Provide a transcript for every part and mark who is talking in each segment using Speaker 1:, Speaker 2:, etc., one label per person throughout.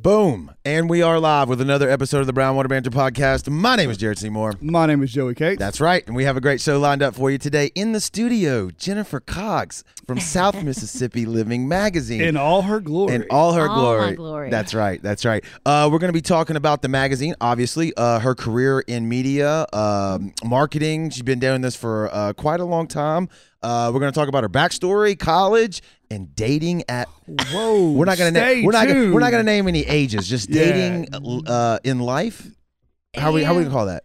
Speaker 1: Boom. And we are live with another episode of the Brown Water Banter podcast. My name is Jared Seymour.
Speaker 2: My name is Joey Cates.
Speaker 1: That's right. And we have a great show lined up for you today in the studio. Jennifer Cox from South Mississippi Living Magazine.
Speaker 2: in all her glory.
Speaker 1: in all her
Speaker 3: All
Speaker 1: glory.
Speaker 3: my glory.
Speaker 1: That's right. That's right. Uh, we're going to be talking about the magazine, obviously, uh, her career in media, um, marketing. She's been doing this for uh, quite a long time. Uh, we're going to talk about her backstory, college, and dating at.
Speaker 2: Whoa.
Speaker 1: We're not going to
Speaker 2: stay
Speaker 1: name. We're not. Gonna, we're not going
Speaker 2: tuned.
Speaker 1: to name any ages. Just
Speaker 2: Yeah.
Speaker 1: dating uh, in life. How we how we gonna call that?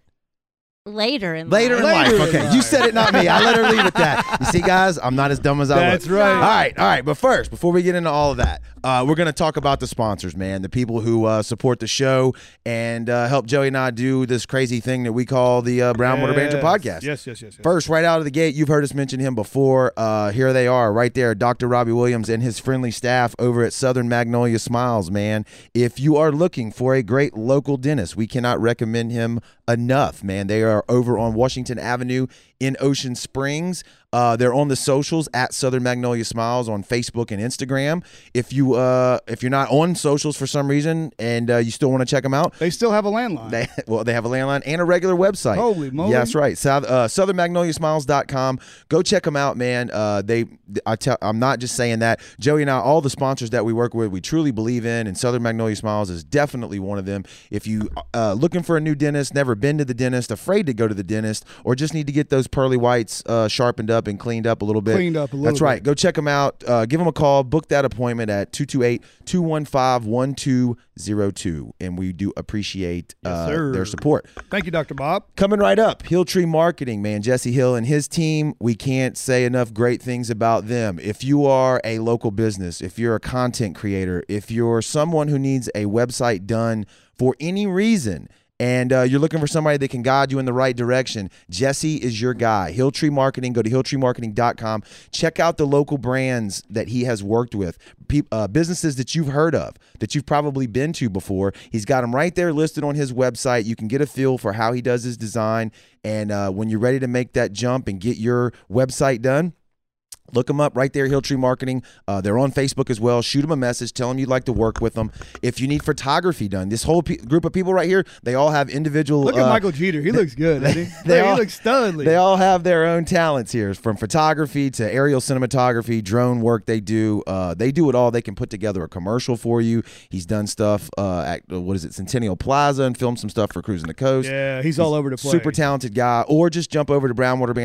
Speaker 3: Later in
Speaker 1: Later in
Speaker 3: life.
Speaker 1: life.
Speaker 2: Later in
Speaker 1: Okay,
Speaker 2: life.
Speaker 1: you said it, not me. I let her leave with that. You see, guys, I'm not as dumb as I look.
Speaker 2: That's right.
Speaker 1: All right, all right. But first, before we get into all of that, uh, we're going to talk about the sponsors, man, the people who uh, support the show and uh, help Joey and I do this crazy thing that we call the uh, Brown Water Banter
Speaker 2: Yes.
Speaker 1: podcast.
Speaker 2: Yes, yes, yes. yes.
Speaker 1: First, right out of the gate, you've heard us mention him before. Uh, here they are, right there, Dr. Robbie Williams and his friendly staff over at Southern Magnolia Smiles, man. If you are looking for a great local dentist, we cannot recommend him enough, man. They are over on Washington Avenue in Ocean Springs. Uh, they're on the socials at Southern Magnolia Smiles on Facebook and Instagram. If you uh, if you're not on socials for some reason and uh, you still want to check them out,
Speaker 2: They still have a landline.
Speaker 1: they, well, they have a landline and a regular website.
Speaker 2: Holy moly.
Speaker 1: Yeah, that's right. South, uh, SouthernMagnoliaSmiles.com. Go check them out, man. Uh, they, I tell, I'm not just saying that. Joey and I, all the sponsors that we work with, we truly believe in, and Southern Magnolia Smiles is definitely one of them. If you uh, looking for a new dentist, never been to the dentist, afraid to go to the dentist, or just need to get those pearly whites uh, sharpened up and cleaned up a little bit,
Speaker 2: Cleaned up a little
Speaker 1: That's right.
Speaker 2: bit.
Speaker 1: Go check them out. Uh, give them a call. Book that appointment at 228-215-1202. And we do appreciate uh,
Speaker 2: sir.
Speaker 1: their support.
Speaker 2: Thank you, Dr. Bob.
Speaker 1: Coming right up, Hilltree Marketing, man. Jesse Hill and his team, we can't say enough great things about them. If you are a local business, if you're a content creator, if you're someone who needs a website done for any reason, and uh, you're looking for somebody that can guide you in the right direction, Jesse is your guy. Hilltree Marketing, go to hilltreemarketing.com. Check out the local brands that he has worked with, peop uh, businesses that you've heard of, that you've probably been to before. He's got them right there listed on his website. You can get a feel for how he does his design. And uh, when you're ready to make that jump and get your website done, Look them up right there, Hilltree Marketing. Uh, they're on Facebook as well. Shoot them a message. Tell them you'd like to work with them. If you need photography done, this whole pe- group of people right here, they all have individual.
Speaker 2: Look
Speaker 1: uh,
Speaker 2: at Michael Jeter. He looks good. doesn't he?
Speaker 1: they
Speaker 2: Like,
Speaker 1: all-
Speaker 2: he looks studly.
Speaker 1: They all have their own talents here, from photography to aerial cinematography, drone work. They do. Uh, they do it all. They can put together a commercial for you. He's done stuff uh, at uh, what is it, Centennial Plaza, and filmed some stuff for Cruising the Coast.
Speaker 2: yeah, he's, all over the place.
Speaker 1: Super talented guy, or just jump over to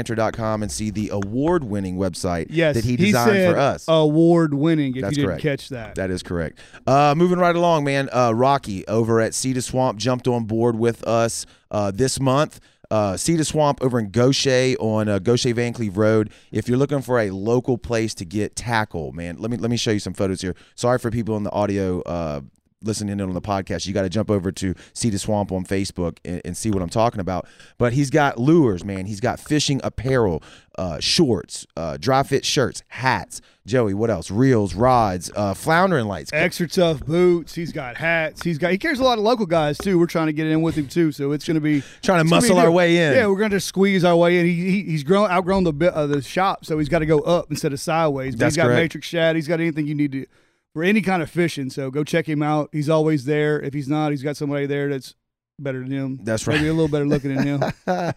Speaker 1: brownwaterbanter.com and see the award winning website
Speaker 2: Yes,
Speaker 1: that he designed
Speaker 2: said
Speaker 1: for us.
Speaker 2: Award winning. If
Speaker 1: That's
Speaker 2: you didn't
Speaker 1: correct.
Speaker 2: catch that,
Speaker 1: That is correct. Uh, moving right along, man. Uh, Rocky over at Cedar Swamp jumped on board with us uh, this month. Uh, Cedar Swamp over in Gaucher on uh, Gaucher Van Cleve Road. If you're looking for a local place to get tackle, man, let me let me show you some photos here. Sorry for people in the audio. Uh, listening in on the podcast you got to jump over to cedar swamp on facebook and, and see what i'm talking about but he's got lures man he's got fishing apparel uh, shorts uh, dry fit shirts hats joey what else reels rods uh, floundering lights
Speaker 2: extra tough boots. He's got hats. He's got. He carries a lot of local guys too. We're trying to get in with him too. So it's going to
Speaker 1: Trying
Speaker 2: be
Speaker 1: to
Speaker 2: it's gonna be
Speaker 1: muscle our
Speaker 2: good.
Speaker 1: way in.
Speaker 2: Yeah, we're going to squeeze our way in. He, he he's grown outgrown the bit of the shop, so he's got to go up instead of sideways. But
Speaker 1: That's
Speaker 2: he's got
Speaker 1: correct.
Speaker 2: matrix shad. He's got anything you need to for any kind of fishing. So go check him out. He's always there. If he's not, he's got somebody there that's better than him.
Speaker 1: That's
Speaker 2: Maybe
Speaker 1: right.
Speaker 2: a little better looking than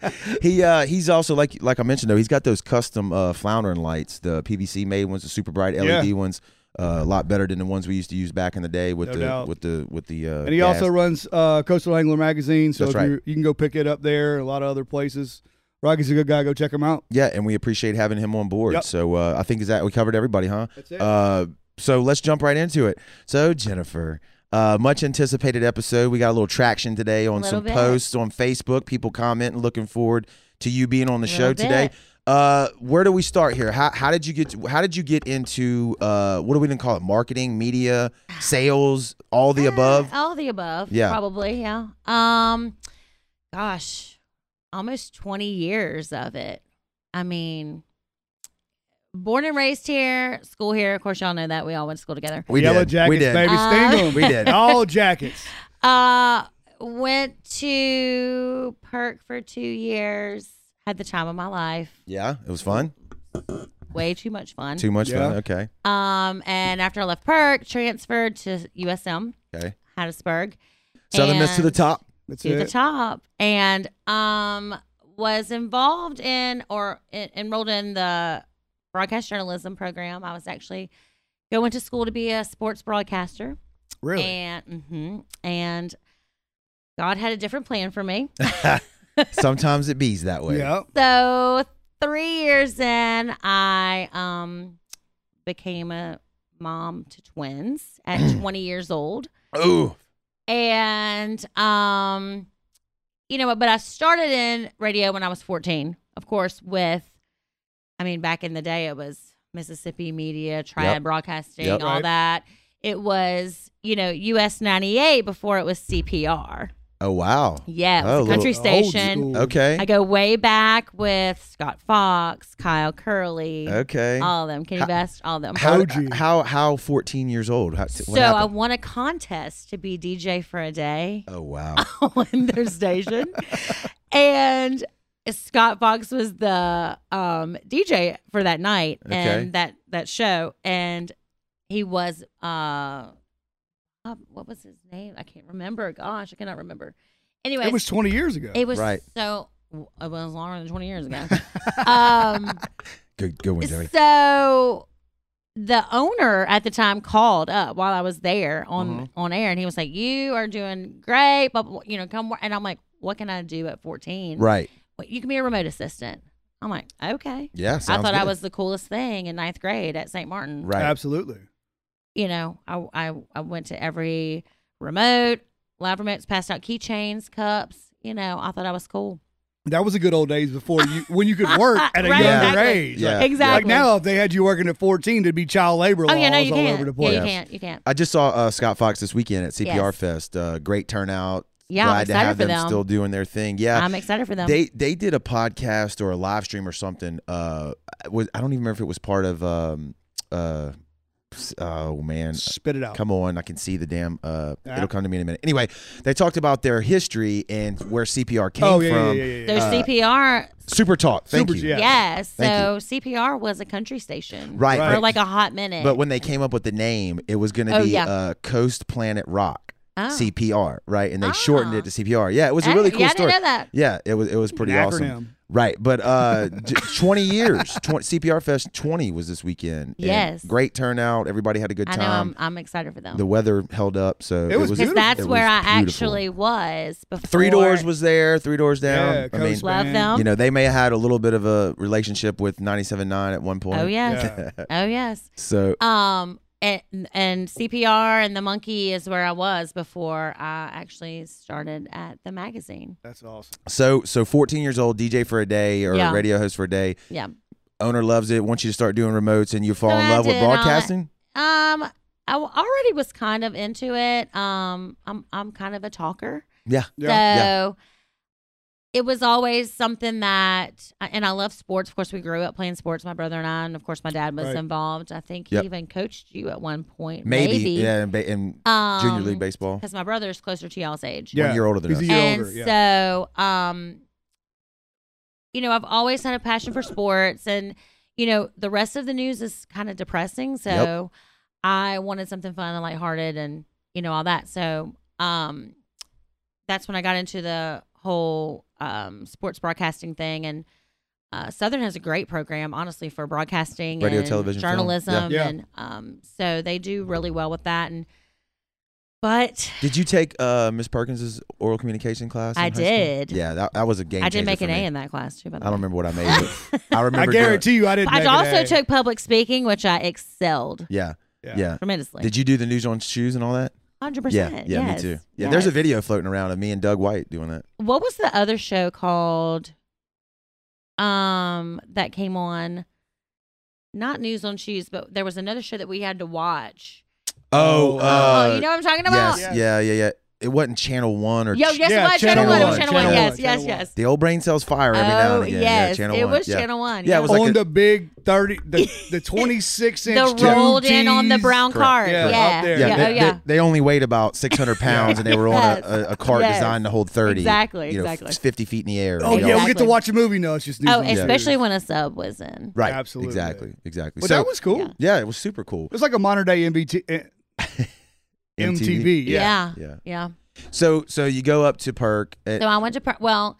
Speaker 2: him.
Speaker 1: he uh, he's also like like I mentioned though he's got those custom uh, floundering lights, the PVC made ones, the super bright LED
Speaker 2: Yeah.
Speaker 1: ones, uh, a lot better than the ones we used to use back in the day with
Speaker 2: No
Speaker 1: the
Speaker 2: doubt.
Speaker 1: with the with the. Uh,
Speaker 2: And he
Speaker 1: gas.
Speaker 2: also runs uh, Coastal Angler magazine, so
Speaker 1: That's
Speaker 2: if you you can go pick it up there. A lot of other places. Rocky's a good guy. Go check him out.
Speaker 1: yeah, and we appreciate having him on board.
Speaker 2: Yep.
Speaker 1: So uh, I think is that we covered everybody, huh?
Speaker 2: That's it.
Speaker 1: Uh, so let's jump right into it. So Jennifer, uh, much anticipated episode. We got a little traction today on
Speaker 3: Little
Speaker 1: some
Speaker 3: bit.
Speaker 1: posts on Facebook. People commenting, looking forward to you being on the
Speaker 3: Little
Speaker 1: show
Speaker 3: bit.
Speaker 1: today. Uh, where do we start here? How, how did you get? how did you get into uh, what do we even call it? Marketing, media, sales, all the
Speaker 3: Uh,
Speaker 1: above.
Speaker 3: all the above.
Speaker 1: Yeah.
Speaker 3: Probably, yeah. Um gosh, almost 20 years of it. I mean, born and raised here, school here. Of course, y'all know that we all went to school together.
Speaker 1: We
Speaker 2: Yellow
Speaker 1: did.
Speaker 2: jackets,
Speaker 1: we did.
Speaker 2: baby, sting 'em.
Speaker 1: We did.
Speaker 2: all jackets.
Speaker 3: Uh went to Perk for 2 years. Had the time of my life.
Speaker 1: Yeah, it was fun.
Speaker 3: Way too much fun.
Speaker 1: Too much
Speaker 2: Yeah.
Speaker 1: fun. Okay.
Speaker 3: Um and after I left Perk, transferred to USM.
Speaker 1: Okay.
Speaker 3: Hattiesburg.
Speaker 1: Southern Miss to the
Speaker 3: And-
Speaker 1: top.
Speaker 2: That's
Speaker 3: to the
Speaker 2: it.
Speaker 3: top and um was involved in or en- enrolled in the broadcast journalism program i was actually going to school to be a sports broadcaster and hmm and god had a different plan for me
Speaker 1: Sometimes it bees that way.
Speaker 2: Yeah.
Speaker 3: so three years in i um became a mom to twins at 20 years old
Speaker 1: Ooh.
Speaker 3: and um you know but i started in radio when i was 14 of course with i mean back in the day it was mississippi media triad
Speaker 1: Yep.
Speaker 3: broadcasting
Speaker 1: Yep.
Speaker 3: all
Speaker 2: Right.
Speaker 3: that it was you know us 98 before it was cpr
Speaker 1: Oh wow.
Speaker 3: yeah it was
Speaker 1: Oh,
Speaker 3: a
Speaker 1: little-
Speaker 3: country
Speaker 2: Old
Speaker 3: station
Speaker 2: school.
Speaker 1: Okay.
Speaker 3: i go way back with scott fox kyle curley
Speaker 1: okay.
Speaker 3: all of them kenny
Speaker 1: How-
Speaker 3: best all of them
Speaker 1: how,
Speaker 2: OG.
Speaker 1: how how 14 years old? How, what
Speaker 3: so i
Speaker 1: happened?
Speaker 3: won a contest to be dj for a day
Speaker 1: oh wow.
Speaker 3: on their station. and Scott Fox was the um, DJ for that night
Speaker 1: Okay.
Speaker 3: and that that show. And he was uh, uh, what was his name? I can't remember. Gosh, I cannot remember. Anyway,
Speaker 2: It was 20 years ago.
Speaker 3: it was
Speaker 1: Right.
Speaker 3: so well, it was longer than twenty years ago. um,
Speaker 1: Good good one, Zoe.
Speaker 3: so the owner at the time called up while I was there on
Speaker 1: Mhm.
Speaker 3: on air, and he was like, "You are doing great, but you know, come." wor-" And I'm like, "What can I do at 14?
Speaker 1: Right.
Speaker 3: "Well, You can be a remote assistant." I'm like, "Okay."
Speaker 1: Yeah.
Speaker 3: I
Speaker 1: sounds
Speaker 3: thought I
Speaker 1: good.
Speaker 3: was the coolest thing in ninth grade at St. Martin.
Speaker 1: right.
Speaker 2: Absolutely.
Speaker 3: You know, I, I I went to every remote, live remotes, passed out keychains, cups. You know, I thought I was cool.
Speaker 2: That was the good old days before you when you could work at a
Speaker 3: Right,
Speaker 2: younger
Speaker 3: exactly.
Speaker 2: age.
Speaker 1: Yeah.
Speaker 2: Like,
Speaker 3: Exactly.
Speaker 2: Like now, if they had you working at 14, there'd be child labor
Speaker 3: oh
Speaker 2: laws
Speaker 3: yeah, no, you
Speaker 2: all
Speaker 3: can't.
Speaker 2: over the
Speaker 3: yeah,
Speaker 2: place.
Speaker 3: you
Speaker 1: place.
Speaker 3: can't. You can't.
Speaker 1: I just saw uh, Scott Fox this weekend at CPR
Speaker 3: Yes.
Speaker 1: Fest. Uh, great turnout.
Speaker 3: Yeah, I'm
Speaker 1: Glad to
Speaker 3: excited
Speaker 1: have
Speaker 3: for
Speaker 1: them,
Speaker 3: them.
Speaker 1: still doing their thing. Yeah.
Speaker 3: I'm excited for them.
Speaker 1: They they did a podcast or a live stream or something. Uh, was I don't even remember if it was part of um uh s- oh man
Speaker 2: Spit it out.
Speaker 1: Come on, I can see the damn. Uh,
Speaker 2: Ah.
Speaker 1: It'll come to me in a minute. Anyway, they talked about their history and where CPR came
Speaker 2: oh, yeah,
Speaker 1: from.
Speaker 2: yeah, yeah, yeah, yeah.
Speaker 3: Their
Speaker 1: uh,
Speaker 3: CPR
Speaker 1: Super talk. Thank
Speaker 2: Super-
Speaker 1: you.
Speaker 2: yeah.
Speaker 3: Yes. So
Speaker 1: Thank
Speaker 3: CPR was a country station.
Speaker 1: Right,
Speaker 3: For
Speaker 2: Right.
Speaker 3: like a hot minute.
Speaker 1: But when they came up with the name, it was going to
Speaker 3: Oh,
Speaker 1: be
Speaker 3: yeah.
Speaker 1: uh, Coast Planet Rock
Speaker 3: oh.
Speaker 1: CPR, right? And they shortened
Speaker 3: Ah.
Speaker 1: it to CPR. Yeah, it was a really cool
Speaker 3: Eh, yeah,
Speaker 1: story.
Speaker 3: I didn't know that.
Speaker 1: Yeah, it was it was pretty
Speaker 2: An
Speaker 1: awesome.
Speaker 2: acronym.
Speaker 1: Right, but uh, j- 20 years, 20, CPR Fest 20 was this weekend. and
Speaker 3: Yes.
Speaker 1: great turnout. Everybody had a good
Speaker 3: I know.
Speaker 1: time.
Speaker 3: I'm, I'm excited for them.
Speaker 1: the weather held up, so
Speaker 2: It
Speaker 1: it was
Speaker 2: was
Speaker 3: Because
Speaker 2: beautiful.
Speaker 3: that's
Speaker 1: it
Speaker 3: where I
Speaker 1: was beautiful.
Speaker 3: actually was before.
Speaker 1: Three Doors was there, Three Doors Down.
Speaker 2: Yeah,
Speaker 1: I mean,
Speaker 2: Coast
Speaker 3: Love
Speaker 2: Man.
Speaker 3: them.
Speaker 1: you know, they may have had a little bit of a relationship with 97.9 at one point.
Speaker 3: oh, yes.
Speaker 2: Yeah.
Speaker 3: Oh, yes.
Speaker 1: So,
Speaker 3: Um, and, and CPR and the monkey is where I was before I actually started at the magazine.
Speaker 2: That's awesome.
Speaker 1: so, so 14 years old, DJ for a day or
Speaker 3: Yeah.
Speaker 1: radio host for a day.
Speaker 3: Yeah.
Speaker 1: Owner loves it. Wants you to start doing remotes, and you fall
Speaker 3: So
Speaker 1: in
Speaker 3: I
Speaker 1: love with
Speaker 3: did all that.
Speaker 1: broadcasting.
Speaker 3: Um, I w- already was kind of into it. Um, I'm I'm kind of a talker.
Speaker 1: Yeah.
Speaker 2: Yeah.
Speaker 3: So it was always something that, and I love sports. Of course, we grew up playing sports, my brother and I, and of course, my dad was
Speaker 2: Right.
Speaker 3: involved. I think
Speaker 1: Yep.
Speaker 3: he even coached you at one point.
Speaker 1: Maybe,
Speaker 3: Maybe.
Speaker 1: yeah, and, ba- and
Speaker 3: Um,
Speaker 1: junior league baseball.
Speaker 3: Because my brother's closer to y'all's age.
Speaker 2: Yeah.
Speaker 1: One year older than
Speaker 2: He's
Speaker 1: us.
Speaker 2: a year
Speaker 3: And
Speaker 2: older. Yeah.
Speaker 3: so, um, you know, I've always had a passion for sports, and you know, the rest of the news is kind of depressing. So, I wanted something fun and lighthearted, and you know, all that. So, um, that's when I got into the whole um, sports broadcasting thing, and uh, Southern has a great program, honestly, for broadcasting,
Speaker 1: Radio,
Speaker 3: and
Speaker 1: television, film.
Speaker 3: journalism,
Speaker 2: Yeah. Yeah.
Speaker 3: and um, so they do really well with that, and. But
Speaker 1: Did you take uh, Miss Perkins's oral communication class? in
Speaker 3: I
Speaker 1: high school?
Speaker 3: did.
Speaker 1: Yeah, that, that was a game.
Speaker 3: I did
Speaker 1: changer
Speaker 3: make
Speaker 1: for
Speaker 3: an
Speaker 1: me.
Speaker 3: A in that class too.
Speaker 1: I
Speaker 3: By the
Speaker 1: don't
Speaker 3: way.
Speaker 1: remember what I made. But I
Speaker 2: I
Speaker 1: remember. doing-
Speaker 2: guarantee you, I didn't.
Speaker 3: I
Speaker 2: make an
Speaker 3: also
Speaker 2: A.
Speaker 3: took public speaking, which I excelled
Speaker 1: Yeah, yeah.
Speaker 2: Yeah.
Speaker 3: tremendously.
Speaker 1: Did you do the news on shoes and all that?
Speaker 3: Hundred
Speaker 1: Yeah,
Speaker 3: percent.
Speaker 1: yeah,
Speaker 3: yes.
Speaker 1: me too. Yeah, there's a
Speaker 3: yes.
Speaker 1: video floating around of me and Doug White doing that.
Speaker 3: What was the other show called? Um, that came on. Not news on shoes, but there was another show that we had to watch.
Speaker 2: Oh, uh,
Speaker 3: oh, you know what I'm talking about?
Speaker 1: yes, yeah, yeah, yeah. It wasn't Channel One or
Speaker 3: Yo, yes,
Speaker 2: Yeah,
Speaker 3: it was
Speaker 1: Channel
Speaker 3: Channel One. It was
Speaker 1: One,
Speaker 3: Channel One.
Speaker 1: Channel
Speaker 3: Yes,
Speaker 2: One,
Speaker 3: yes,
Speaker 2: Channel
Speaker 3: yes.
Speaker 1: the old brain cells fire every now
Speaker 3: Oh,
Speaker 1: and again.
Speaker 3: yes,
Speaker 1: yeah, Channel
Speaker 3: it
Speaker 1: One.
Speaker 3: was
Speaker 1: yeah.
Speaker 3: Channel One.
Speaker 1: Yeah, it was like
Speaker 2: on
Speaker 1: a-
Speaker 2: the big thirty, the, the twenty six
Speaker 3: the
Speaker 2: inch.
Speaker 3: rolled in on the
Speaker 2: two-tees.
Speaker 3: brown
Speaker 1: Correct.
Speaker 3: card.
Speaker 2: Yeah,
Speaker 3: Yeah,
Speaker 2: out
Speaker 3: yeah,
Speaker 2: there.
Speaker 1: Yeah,
Speaker 2: Yeah,
Speaker 1: they,
Speaker 3: oh,
Speaker 1: they-
Speaker 3: yeah.
Speaker 1: they only weighed about 600 pounds, and they were on
Speaker 3: Yes.
Speaker 1: a, a, a cart
Speaker 3: Yes.
Speaker 1: designed to hold 30.
Speaker 3: Exactly,
Speaker 1: you know,
Speaker 3: exactly.
Speaker 1: 50 feet in the air.
Speaker 2: Oh
Speaker 1: you know.
Speaker 2: yeah, we get to
Speaker 3: Exactly.
Speaker 2: watch a movie. No, it's just news.
Speaker 3: Oh,
Speaker 2: on shoes.
Speaker 3: especially when a sub was in.
Speaker 1: right.
Speaker 2: Absolutely.
Speaker 1: Exactly, exactly.
Speaker 2: But
Speaker 1: so
Speaker 2: that was cool.
Speaker 3: Yeah.
Speaker 1: yeah, it was super cool.
Speaker 2: It was like a modern day MBT. eh, MTV. Yeah.
Speaker 3: Yeah.
Speaker 1: Yeah.
Speaker 3: Yeah.
Speaker 1: So so you go up to Perk. At,
Speaker 3: So I went to per- well,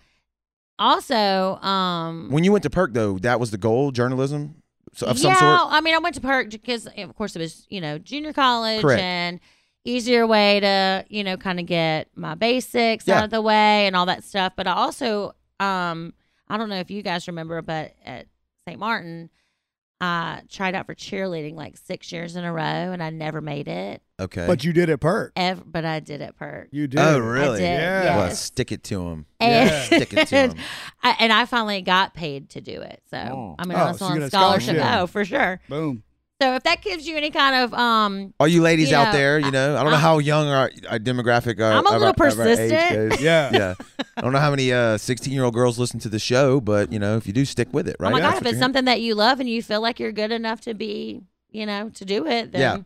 Speaker 3: also um
Speaker 1: when you went to Perk though, that was the goal, journalism so of some
Speaker 3: yeah,
Speaker 1: sort.
Speaker 3: I mean, I went to Perk because, of course, it was you know junior college
Speaker 1: Correct.
Speaker 3: and easier way to you know kind of get my basics
Speaker 1: Yeah.
Speaker 3: out of the way and all that stuff. But I also, um, I don't know if you guys remember, but at St. Martin, I tried out for cheerleading like six years in a row, and I never made it.
Speaker 1: Okay.
Speaker 2: But you did it perk.
Speaker 3: Ever, but I did at Perk.
Speaker 2: You did.
Speaker 1: Oh, really?
Speaker 3: I did,
Speaker 2: Yeah.
Speaker 1: Well,
Speaker 3: yes.
Speaker 1: stick it to him.
Speaker 3: And-
Speaker 2: Yeah.
Speaker 1: Stick it to him.
Speaker 3: I, and I finally got paid to do it. So I mean,
Speaker 2: Oh,
Speaker 3: I was
Speaker 2: so
Speaker 3: on
Speaker 2: you got a
Speaker 3: scholarship.
Speaker 2: scholarship.
Speaker 3: Oh, for sure.
Speaker 2: Boom.
Speaker 3: So if that gives you any kind of um
Speaker 1: All you ladies
Speaker 3: You
Speaker 1: out
Speaker 3: know,
Speaker 1: there, you know, I don't know
Speaker 3: I-
Speaker 1: how young our, our demographic are.
Speaker 3: I'm a little persistent.
Speaker 2: Yeah.
Speaker 1: yeah. I don't know how many uh 16 year old girls listen to the show, but you know, if you do, stick with it, right?
Speaker 3: Oh my
Speaker 1: That's
Speaker 3: god, if
Speaker 1: what
Speaker 3: it's
Speaker 1: you're-
Speaker 3: something that you love and you feel like you're good enough to be, you know, to do it, then
Speaker 1: Yeah.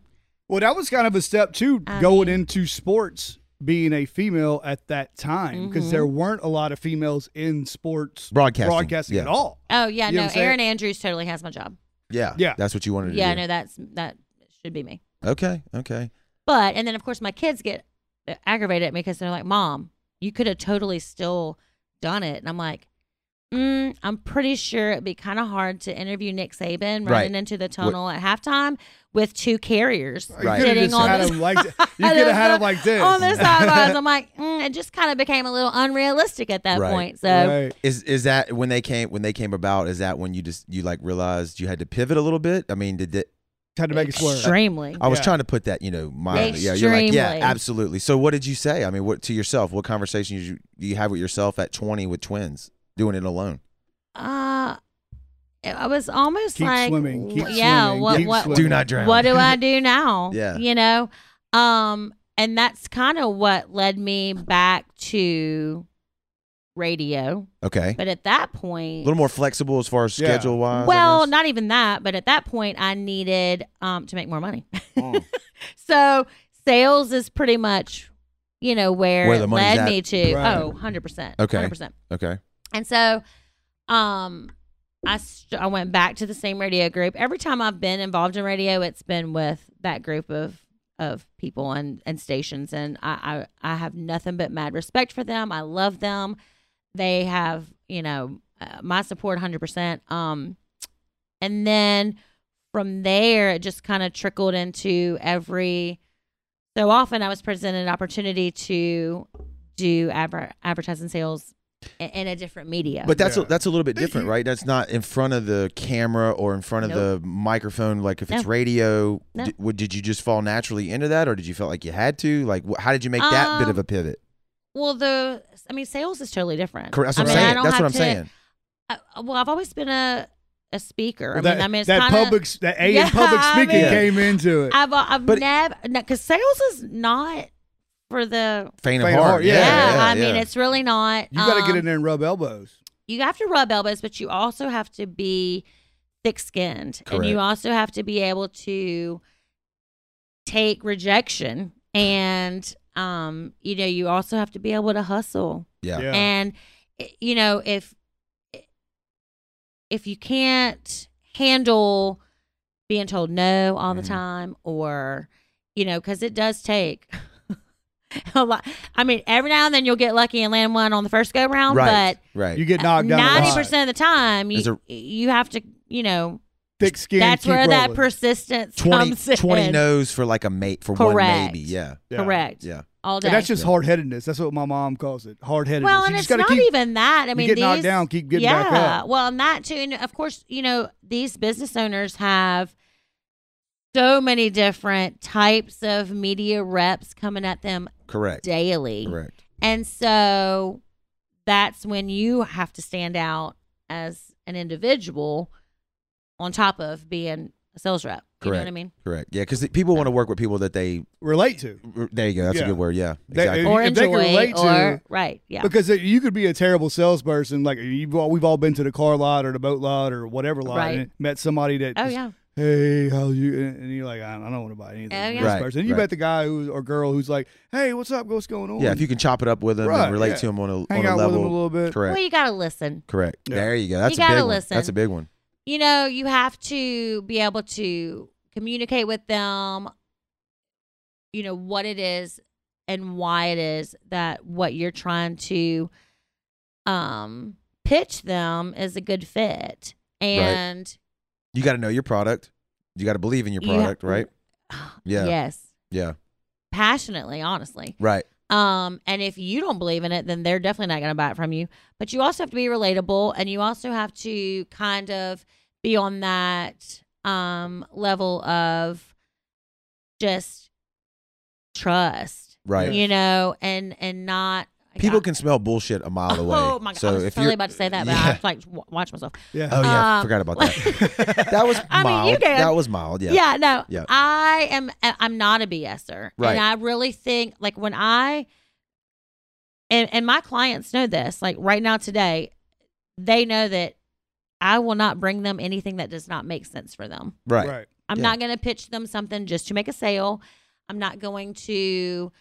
Speaker 2: Well, that was kind of a step too,
Speaker 3: I
Speaker 2: going
Speaker 3: mean-
Speaker 2: into sports, being a female at that time, because
Speaker 3: Mhm.
Speaker 2: there weren't a lot of females in sports
Speaker 1: Broadcasting.
Speaker 2: broadcasting
Speaker 1: yeah.
Speaker 2: at all.
Speaker 3: Oh yeah,
Speaker 2: You know
Speaker 3: no,
Speaker 2: what I'm saying?
Speaker 3: Aaron Andrews totally has my job.
Speaker 1: Yeah.
Speaker 2: Yeah.
Speaker 1: That's what you wanted to
Speaker 3: yeah,
Speaker 1: do.
Speaker 3: no, that's that should be me.
Speaker 1: Okay. Okay.
Speaker 3: But and then of course my kids get uh, aggravated at me because they're like, "Mom, you could have totally still done it," and I'm like. Mm, I'm pretty sure it'd be kind of hard to interview Nick Saban running
Speaker 1: Right.
Speaker 3: into the tunnel at halftime with two carriers
Speaker 1: Right.
Speaker 2: You could have
Speaker 3: sitting
Speaker 2: just
Speaker 3: on
Speaker 2: had
Speaker 3: the
Speaker 2: them like th- you could have had them like this.
Speaker 3: on the sidelines. I'm like, mm, it just kind of became a little unrealistic at that
Speaker 1: Right.
Speaker 3: point. So
Speaker 2: Right.
Speaker 1: Is is that when they came when they came about? Is that when you just you like realized you had to pivot a little bit? I mean, did it,
Speaker 2: Had to make it swerve.
Speaker 3: extremely.
Speaker 1: I was
Speaker 2: Yeah.
Speaker 1: trying to put that you know mildly. Yeah, you're like yeah,
Speaker 3: Extremely.
Speaker 1: absolutely. So what did you say? I mean, what to yourself? What conversation did you do you have with yourself at 20 with twins doing it alone?
Speaker 3: Uh, I was almost
Speaker 2: Keep
Speaker 3: like,
Speaker 2: swimming, keep
Speaker 3: yeah,
Speaker 2: swimming,
Speaker 3: what,
Speaker 2: keep
Speaker 3: what,
Speaker 2: swimming. Do not
Speaker 1: drown.
Speaker 3: what do I do now?
Speaker 1: Yeah.
Speaker 3: you know, um, and that's kind of what led me back to radio.
Speaker 1: okay.
Speaker 3: But at that
Speaker 1: A
Speaker 3: point,
Speaker 1: little more flexible as far as
Speaker 2: Yeah.
Speaker 1: schedule wise.
Speaker 3: well, not even that. But at that point, I needed um to make more money.
Speaker 1: Oh.
Speaker 3: So sales is pretty much, you know, where,
Speaker 1: Where the
Speaker 3: it
Speaker 1: money's
Speaker 3: led
Speaker 1: at.
Speaker 3: me to.
Speaker 2: Right.
Speaker 3: Oh, 100%.
Speaker 1: Okay.
Speaker 3: 100%.
Speaker 1: okay.
Speaker 3: And so um I st- I went back to the same radio group. Every time I've been involved in radio, it's been with that group of of people and and stations and I I, I have nothing but mad respect for them. I love them. They have, you know, uh, my support 100%. Um and then from there it just kind of trickled into every so often I was presented an opportunity to do adver- advertising sales i- in a different media.
Speaker 1: But that's a,
Speaker 2: Yeah.
Speaker 1: that's a little bit
Speaker 3: Mm-hmm.
Speaker 1: different, right? That's not in front of the camera or in front of the microphone. Like if it's
Speaker 3: No.
Speaker 1: radio,
Speaker 3: No.
Speaker 1: d- would, did you just fall naturally into that, or did you feel like you had to? Like, wh- how did you make that bit of
Speaker 3: Um,
Speaker 1: a pivot?
Speaker 3: well, the I mean, sales is totally different.
Speaker 1: Correct. That's
Speaker 3: I
Speaker 1: what I
Speaker 3: mean,
Speaker 1: am
Speaker 3: I
Speaker 1: saying.
Speaker 3: don't
Speaker 1: That's
Speaker 3: have
Speaker 1: what I'm
Speaker 3: to-
Speaker 1: saying.
Speaker 3: I- well, I've always been a a speaker.
Speaker 2: Well,
Speaker 3: I mean,
Speaker 2: that
Speaker 3: I mean, it's
Speaker 2: that
Speaker 3: kinda,
Speaker 2: public s- that A
Speaker 3: Yeah,
Speaker 2: in public
Speaker 3: I
Speaker 2: speaking
Speaker 1: mean-
Speaker 2: came into it.
Speaker 3: I've uh, I've
Speaker 1: But-
Speaker 3: never because sales is not for the.
Speaker 1: Faint of
Speaker 2: Faint of
Speaker 1: heart.
Speaker 2: heart,
Speaker 1: Yeah,
Speaker 2: yeah.
Speaker 3: Yeah,
Speaker 1: yeah,
Speaker 3: I mean,
Speaker 1: yeah.
Speaker 3: it's really not.
Speaker 2: You got to
Speaker 3: um,
Speaker 2: get in there and rub elbows.
Speaker 3: you have to rub elbows, but you also have to be thick skinned. And
Speaker 1: Correct.
Speaker 3: you also have to be able to take rejection. And, um, you know, you also have to be able to hustle.
Speaker 1: yeah.
Speaker 2: Yeah.
Speaker 3: And, i- you know, if, eh, if you can't handle being told no all the
Speaker 2: Mm-hmm.
Speaker 1: Mhm.
Speaker 3: time or, you know, because it does take a lot. I mean, every now and then you'll get lucky and land one on the first go round, but
Speaker 1: Right. right.
Speaker 2: You get knocked down. a lot.
Speaker 3: Ninety percent of the time,
Speaker 1: Is
Speaker 3: you you have to, you know,
Speaker 2: Thick skin.
Speaker 3: that's
Speaker 2: keep
Speaker 3: where that
Speaker 2: rolling.
Speaker 3: persistence
Speaker 1: 20,
Speaker 3: comes in.
Speaker 1: 20 no's for like a mate for one
Speaker 3: Correct.
Speaker 1: maybe. Yeah.
Speaker 2: Yeah.
Speaker 3: Correct.
Speaker 1: Yeah.
Speaker 3: All day.
Speaker 2: And that's just
Speaker 1: Yeah.
Speaker 2: hard headedness. That's what my mom calls it. Hard headedness.
Speaker 3: well,
Speaker 2: you
Speaker 3: and
Speaker 2: just
Speaker 3: it's
Speaker 2: gotta
Speaker 3: not
Speaker 2: keep,
Speaker 3: even that. I mean,
Speaker 2: you get
Speaker 3: these,
Speaker 2: knocked down, keep getting
Speaker 3: yeah.
Speaker 2: back up.
Speaker 3: Well, and that too. And of course, you know, these business owners have so many different types of media reps coming at them
Speaker 1: Correct.
Speaker 3: daily.
Speaker 1: Correct.
Speaker 3: And so that's when you have to stand out as an individual on top of being a sales rep. You know what I
Speaker 1: Correct.
Speaker 3: mean?
Speaker 1: Correct. Yeah. Because people want to work with people that they.
Speaker 2: Relate to.
Speaker 1: There you go. That's a
Speaker 2: Yeah.
Speaker 1: good word. Yeah.
Speaker 2: They-
Speaker 1: Exactly.
Speaker 2: If-
Speaker 3: Or
Speaker 2: if they can
Speaker 3: enjoy
Speaker 2: relate to-
Speaker 3: or right. Yeah.
Speaker 2: Because it- you could be a terrible salesperson, like you've all, we've all been to the car lot or the boat lot or whatever lot,
Speaker 3: Right.
Speaker 2: and met somebody that,
Speaker 3: Oh
Speaker 2: just,
Speaker 3: yeah.
Speaker 2: hey, how you? And and you're like, I I don't want to buy anything.
Speaker 3: Oh,
Speaker 2: from
Speaker 3: yeah.
Speaker 2: This
Speaker 1: Right,
Speaker 2: person. And you
Speaker 1: right.
Speaker 2: met the guy who or girl who's like, hey, what's up? What's going on?
Speaker 1: Yeah, if you can chop it up with them
Speaker 2: Oh. Right,
Speaker 1: and relate
Speaker 2: yeah.
Speaker 1: to them on a,
Speaker 2: hang
Speaker 1: on a
Speaker 2: out
Speaker 1: level.
Speaker 2: with him a little bit.
Speaker 1: Correct.
Speaker 3: Well, you gotta listen.
Speaker 1: Correct.
Speaker 2: Yeah.
Speaker 1: There you go. That's a
Speaker 3: gotta
Speaker 1: big
Speaker 3: listen.
Speaker 1: one. That's a big one.
Speaker 3: You know, you have to be able to communicate with them you know, what it is and why it is that what you're trying to um pitch them is a good fit. And
Speaker 1: You got to know your product. You got to believe in your
Speaker 3: You ha-
Speaker 1: product, right? Yeah.
Speaker 3: yes,
Speaker 1: Yeah.
Speaker 3: passionately, honestly.
Speaker 1: Right.
Speaker 3: Um, and if you don't believe in it, then they're definitely not going to buy it from you. But you also have to be relatable, and you also have to kind of be on that um level of just trust,
Speaker 1: Right.
Speaker 3: you know, and and not
Speaker 1: People can smell bullshit a mile away.
Speaker 3: Oh my god!
Speaker 1: So
Speaker 3: I was
Speaker 1: if
Speaker 3: totally
Speaker 1: you're-
Speaker 3: about to say that, but I
Speaker 1: Yeah.
Speaker 3: was like, w- watch myself.
Speaker 2: Yeah.
Speaker 1: Oh yeah,
Speaker 3: Um,
Speaker 1: forgot about that. That was
Speaker 3: I
Speaker 1: mild.
Speaker 3: mean, you can.
Speaker 1: That was mild. Yeah.
Speaker 3: Yeah, no.
Speaker 1: Yeah.
Speaker 3: I am I'm not a BSer.
Speaker 1: Right.
Speaker 3: And I really think like when I and and my clients know this, like right now today, they know that I will not bring them anything that does not make sense for them.
Speaker 1: Right.
Speaker 2: Right.
Speaker 3: I'm
Speaker 1: Yeah.
Speaker 3: not going to pitch them something just to make a sale. I'm not going to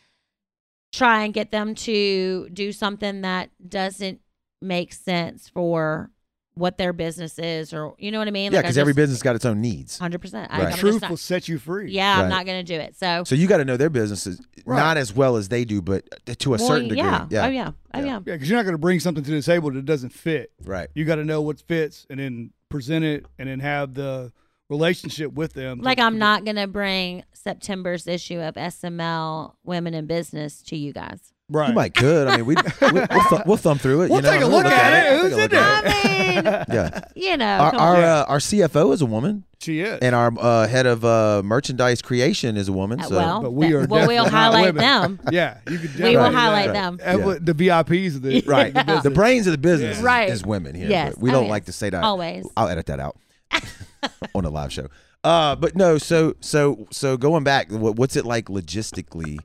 Speaker 3: try and get them to do something that doesn't make sense for what their business is or you know what I mean?
Speaker 1: yeah,
Speaker 3: Like, I
Speaker 1: because every
Speaker 3: just-
Speaker 1: business got its own needs.
Speaker 3: 100%. I,
Speaker 1: Right.
Speaker 3: I'm just
Speaker 2: Truth
Speaker 3: not-
Speaker 2: will set you free.
Speaker 3: yeah,
Speaker 1: Right.
Speaker 3: I'm not going to do it. So,
Speaker 1: So you got to know their businesses
Speaker 2: Right.
Speaker 1: not as well as they do, but to a
Speaker 3: Well,
Speaker 1: certain degree.
Speaker 3: yeah.
Speaker 1: Yeah.
Speaker 3: Oh yeah. Oh
Speaker 1: Yeah.
Speaker 3: yeah.
Speaker 2: Yeah, because you're not going to bring something to the table that doesn't fit.
Speaker 1: Right.
Speaker 2: You got to know what fits and then present it and then have the relationship with them. to-
Speaker 3: Like I'm not gonna bring September's issue of SML Women in Business to you guys.
Speaker 2: Right.
Speaker 1: You might could. I mean, we, we we'll, th- we'll thumb through it.
Speaker 2: We'll
Speaker 1: you know,
Speaker 2: take a
Speaker 1: We'll
Speaker 2: look at it.
Speaker 1: We'll take
Speaker 2: Who's
Speaker 1: a
Speaker 2: in
Speaker 1: look at
Speaker 3: I mean,
Speaker 1: it. Yeah.
Speaker 3: you know,
Speaker 1: Our
Speaker 3: come
Speaker 1: our,
Speaker 3: on.
Speaker 1: uh, our CFO is a woman,
Speaker 2: She is.
Speaker 1: and our uh, head of uh, merchandise creation is a woman.
Speaker 3: Uh,
Speaker 1: So
Speaker 3: well,
Speaker 2: But we
Speaker 3: th-
Speaker 2: are
Speaker 3: well,
Speaker 2: definitely
Speaker 3: we'll
Speaker 2: not
Speaker 3: highlight
Speaker 2: women.
Speaker 3: them.
Speaker 2: yeah, you could.
Speaker 3: We will
Speaker 1: Right.
Speaker 3: highlight
Speaker 1: Right.
Speaker 3: them.
Speaker 2: And
Speaker 1: Yeah.
Speaker 2: what- The VIPs of the
Speaker 1: right,
Speaker 2: the
Speaker 1: the
Speaker 2: business.
Speaker 1: brains of the business
Speaker 3: Yeah. Right.
Speaker 1: is, is women here.
Speaker 3: Yes.
Speaker 1: but we
Speaker 3: Oh,
Speaker 1: don't
Speaker 3: yes.
Speaker 1: like to say that.
Speaker 3: Always.
Speaker 1: I'll edit that out on a live show. Uh, but no, so so so going back, what, what's it like logistically?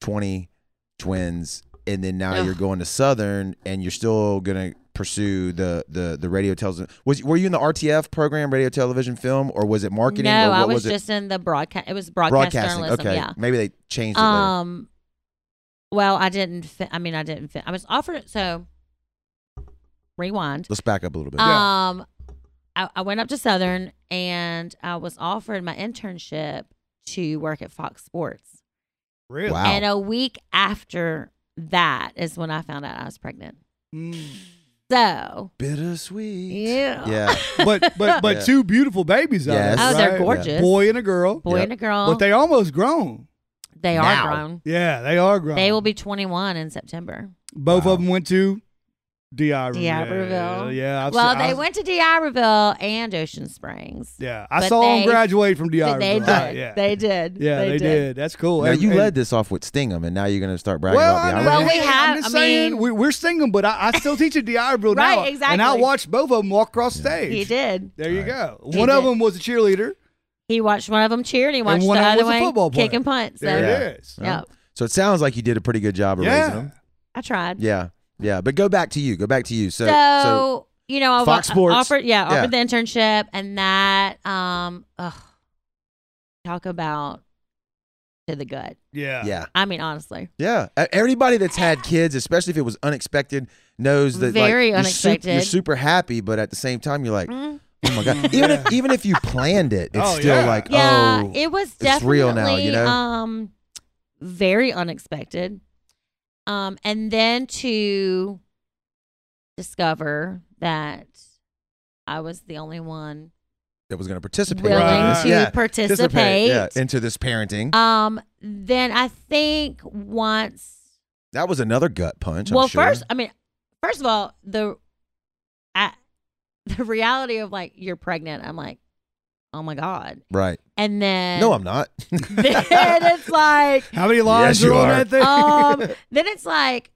Speaker 1: Twenty twins, and then now
Speaker 3: Ugh.
Speaker 1: you're going to Southern, and you're still gonna pursue the the the radio television. Was were you in the RTF program, radio television film, or was it marketing?
Speaker 3: No,
Speaker 1: or what
Speaker 3: I was,
Speaker 1: it?
Speaker 3: just in the broadcast. It was broadcast
Speaker 1: broadcasting.
Speaker 3: journalism.
Speaker 1: okay,
Speaker 3: Yeah.
Speaker 1: maybe they changed it. later.
Speaker 3: Um. Well, I didn't. Fi- I mean, I didn't. Fi- I was offered. So, rewind.
Speaker 1: Let's back up a little bit.
Speaker 2: Yeah.
Speaker 3: Um, I, I went up to Southern and I was offered my internship to work at Fox Sports.
Speaker 2: Really?
Speaker 1: Wow.
Speaker 3: And uh, a week after that is when I found out I was pregnant.
Speaker 2: Mm.
Speaker 3: So,
Speaker 1: Bittersweet.
Speaker 3: yeah.
Speaker 1: Yeah.
Speaker 2: But but but
Speaker 1: Yeah.
Speaker 2: two beautiful babies. out
Speaker 1: Yes.
Speaker 2: of it,
Speaker 3: Oh,
Speaker 2: right?
Speaker 3: they're gorgeous. Uh-huh.
Speaker 2: Boy and a girl.
Speaker 3: Boy
Speaker 1: Yep.
Speaker 3: and a girl.
Speaker 2: But they almost grown.
Speaker 3: they are
Speaker 1: Now.
Speaker 3: grown.
Speaker 2: Yeah, they are grown.
Speaker 3: They will be 21 in September.
Speaker 2: Both
Speaker 1: Wow.
Speaker 2: of them went to DI Reville.
Speaker 3: DI Reville.
Speaker 2: Yeah. I've
Speaker 3: well,
Speaker 2: seen-
Speaker 3: they
Speaker 2: I've-
Speaker 3: went to DiReville and Ocean Springs.
Speaker 2: Yeah, I
Speaker 3: but
Speaker 2: saw them
Speaker 3: they-
Speaker 2: graduate from DI Reville.
Speaker 3: But They did.
Speaker 2: Right, yeah.
Speaker 3: They did.
Speaker 2: yeah, they, did. That's cool.
Speaker 1: Now
Speaker 2: And-
Speaker 1: you
Speaker 2: and-
Speaker 1: led this off with Stingham, and now you're gonna start bragging
Speaker 2: Well,
Speaker 1: about the
Speaker 2: I mean,
Speaker 1: irony.
Speaker 3: Well, we
Speaker 2: hey,
Speaker 3: have-
Speaker 2: I'm just
Speaker 3: I
Speaker 2: saying,
Speaker 3: mean-
Speaker 2: we, we're singing, but I, I still teach at DI Reville
Speaker 3: Right,
Speaker 2: now. And I
Speaker 3: exactly.
Speaker 2: watched both of them walk across stage.
Speaker 3: He did.
Speaker 2: There you
Speaker 1: Right.
Speaker 2: go.
Speaker 3: He
Speaker 2: one of
Speaker 3: did.
Speaker 2: them was a cheerleader.
Speaker 3: He watched one of them cheer and he watched
Speaker 2: one
Speaker 3: the
Speaker 2: of 'em
Speaker 3: other
Speaker 2: was a
Speaker 3: one
Speaker 2: football player.
Speaker 3: kick and punt. So,
Speaker 2: There
Speaker 1: Yeah.
Speaker 2: it is.
Speaker 1: Yeah.
Speaker 3: Yep.
Speaker 1: So it sounds like you did a pretty good job of raising
Speaker 2: Yeah.
Speaker 1: them.
Speaker 3: I tried.
Speaker 1: Yeah, yeah. But go back to you. Go back to you. So,
Speaker 3: So,
Speaker 1: so,
Speaker 3: you know, I wa-
Speaker 1: Fox Sports.
Speaker 3: offered yeah,
Speaker 1: Yeah.
Speaker 3: offered the internship and that um ugh, talk about to the gut.
Speaker 2: Yeah.
Speaker 1: yeah,
Speaker 3: I mean, honestly.
Speaker 1: yeah. E- Everybody that's had kids, especially if it was unexpected, knows that like,
Speaker 3: Very
Speaker 1: you're su- you're
Speaker 3: unexpected.
Speaker 1: super happy, but at the same time, you're like,
Speaker 3: Mm.
Speaker 1: oh my god. Even if,
Speaker 2: Yeah.
Speaker 1: even if you planned it, it's
Speaker 2: Oh,
Speaker 1: still
Speaker 2: yeah.
Speaker 1: like,
Speaker 3: Yeah,
Speaker 1: oh,
Speaker 3: it was
Speaker 1: it's
Speaker 3: definitely
Speaker 1: real now, you know?
Speaker 3: um very unexpected. Um and then to discover that I was the only one
Speaker 1: that was gonna participate. in
Speaker 3: willing
Speaker 2: Right.
Speaker 1: this.
Speaker 3: to
Speaker 1: yeah.
Speaker 3: participate.
Speaker 1: yeah, into this parenting.
Speaker 3: Um then I think once
Speaker 1: that was another gut punch. I'm
Speaker 3: well
Speaker 1: sure.
Speaker 3: first i mean first of all the I, the reality of like you're pregnant i'm like oh my god
Speaker 1: right?
Speaker 3: and then
Speaker 1: No, I'm not.
Speaker 3: then it's like
Speaker 2: How many lines
Speaker 1: Yes,
Speaker 2: are
Speaker 1: you
Speaker 2: on
Speaker 1: are.
Speaker 2: that thing?
Speaker 3: um then it's like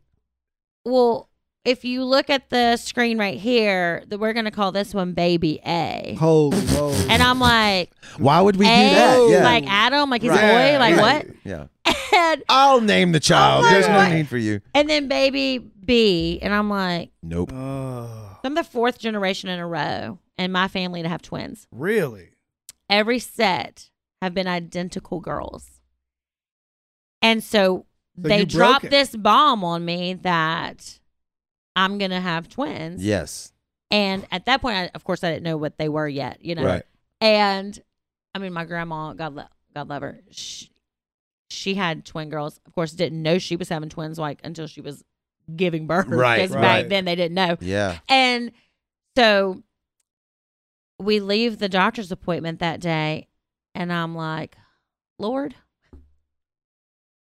Speaker 3: well if you look at the screen right here that we're gonna call this one baby a
Speaker 2: Holy moly.
Speaker 3: and i'm like
Speaker 1: Why would we do
Speaker 3: a?
Speaker 1: that? Yeah,
Speaker 3: like adam like he's
Speaker 1: Right.
Speaker 3: a boy like
Speaker 1: Right.
Speaker 3: what
Speaker 1: yeah.
Speaker 3: and,
Speaker 1: I'll name the child.
Speaker 3: Oh my
Speaker 1: There's no
Speaker 3: God.
Speaker 1: need for you.
Speaker 3: and then baby b and i'm like
Speaker 1: Nope.
Speaker 2: Oh,
Speaker 3: i'm the fourth generation in a row in my family to have twins
Speaker 2: really?
Speaker 3: every set have been identical girls. And so,
Speaker 2: So
Speaker 3: they
Speaker 2: you
Speaker 3: dropped
Speaker 2: broke it.
Speaker 3: this bomb on me that I'm going to have twins.
Speaker 1: Yes.
Speaker 3: And at that point, I, of course, I didn't know what they were yet, you know.
Speaker 1: Right.
Speaker 3: And I mean, my grandma, God, lo- God love her, she, she had twin girls. Of course, didn't know she was having twins like until she was giving birth.
Speaker 1: Right,
Speaker 3: 'cause
Speaker 2: right.
Speaker 3: back then they didn't know.
Speaker 1: Yeah.
Speaker 3: And so we leave the doctor's appointment that day, and I'm like, Lord,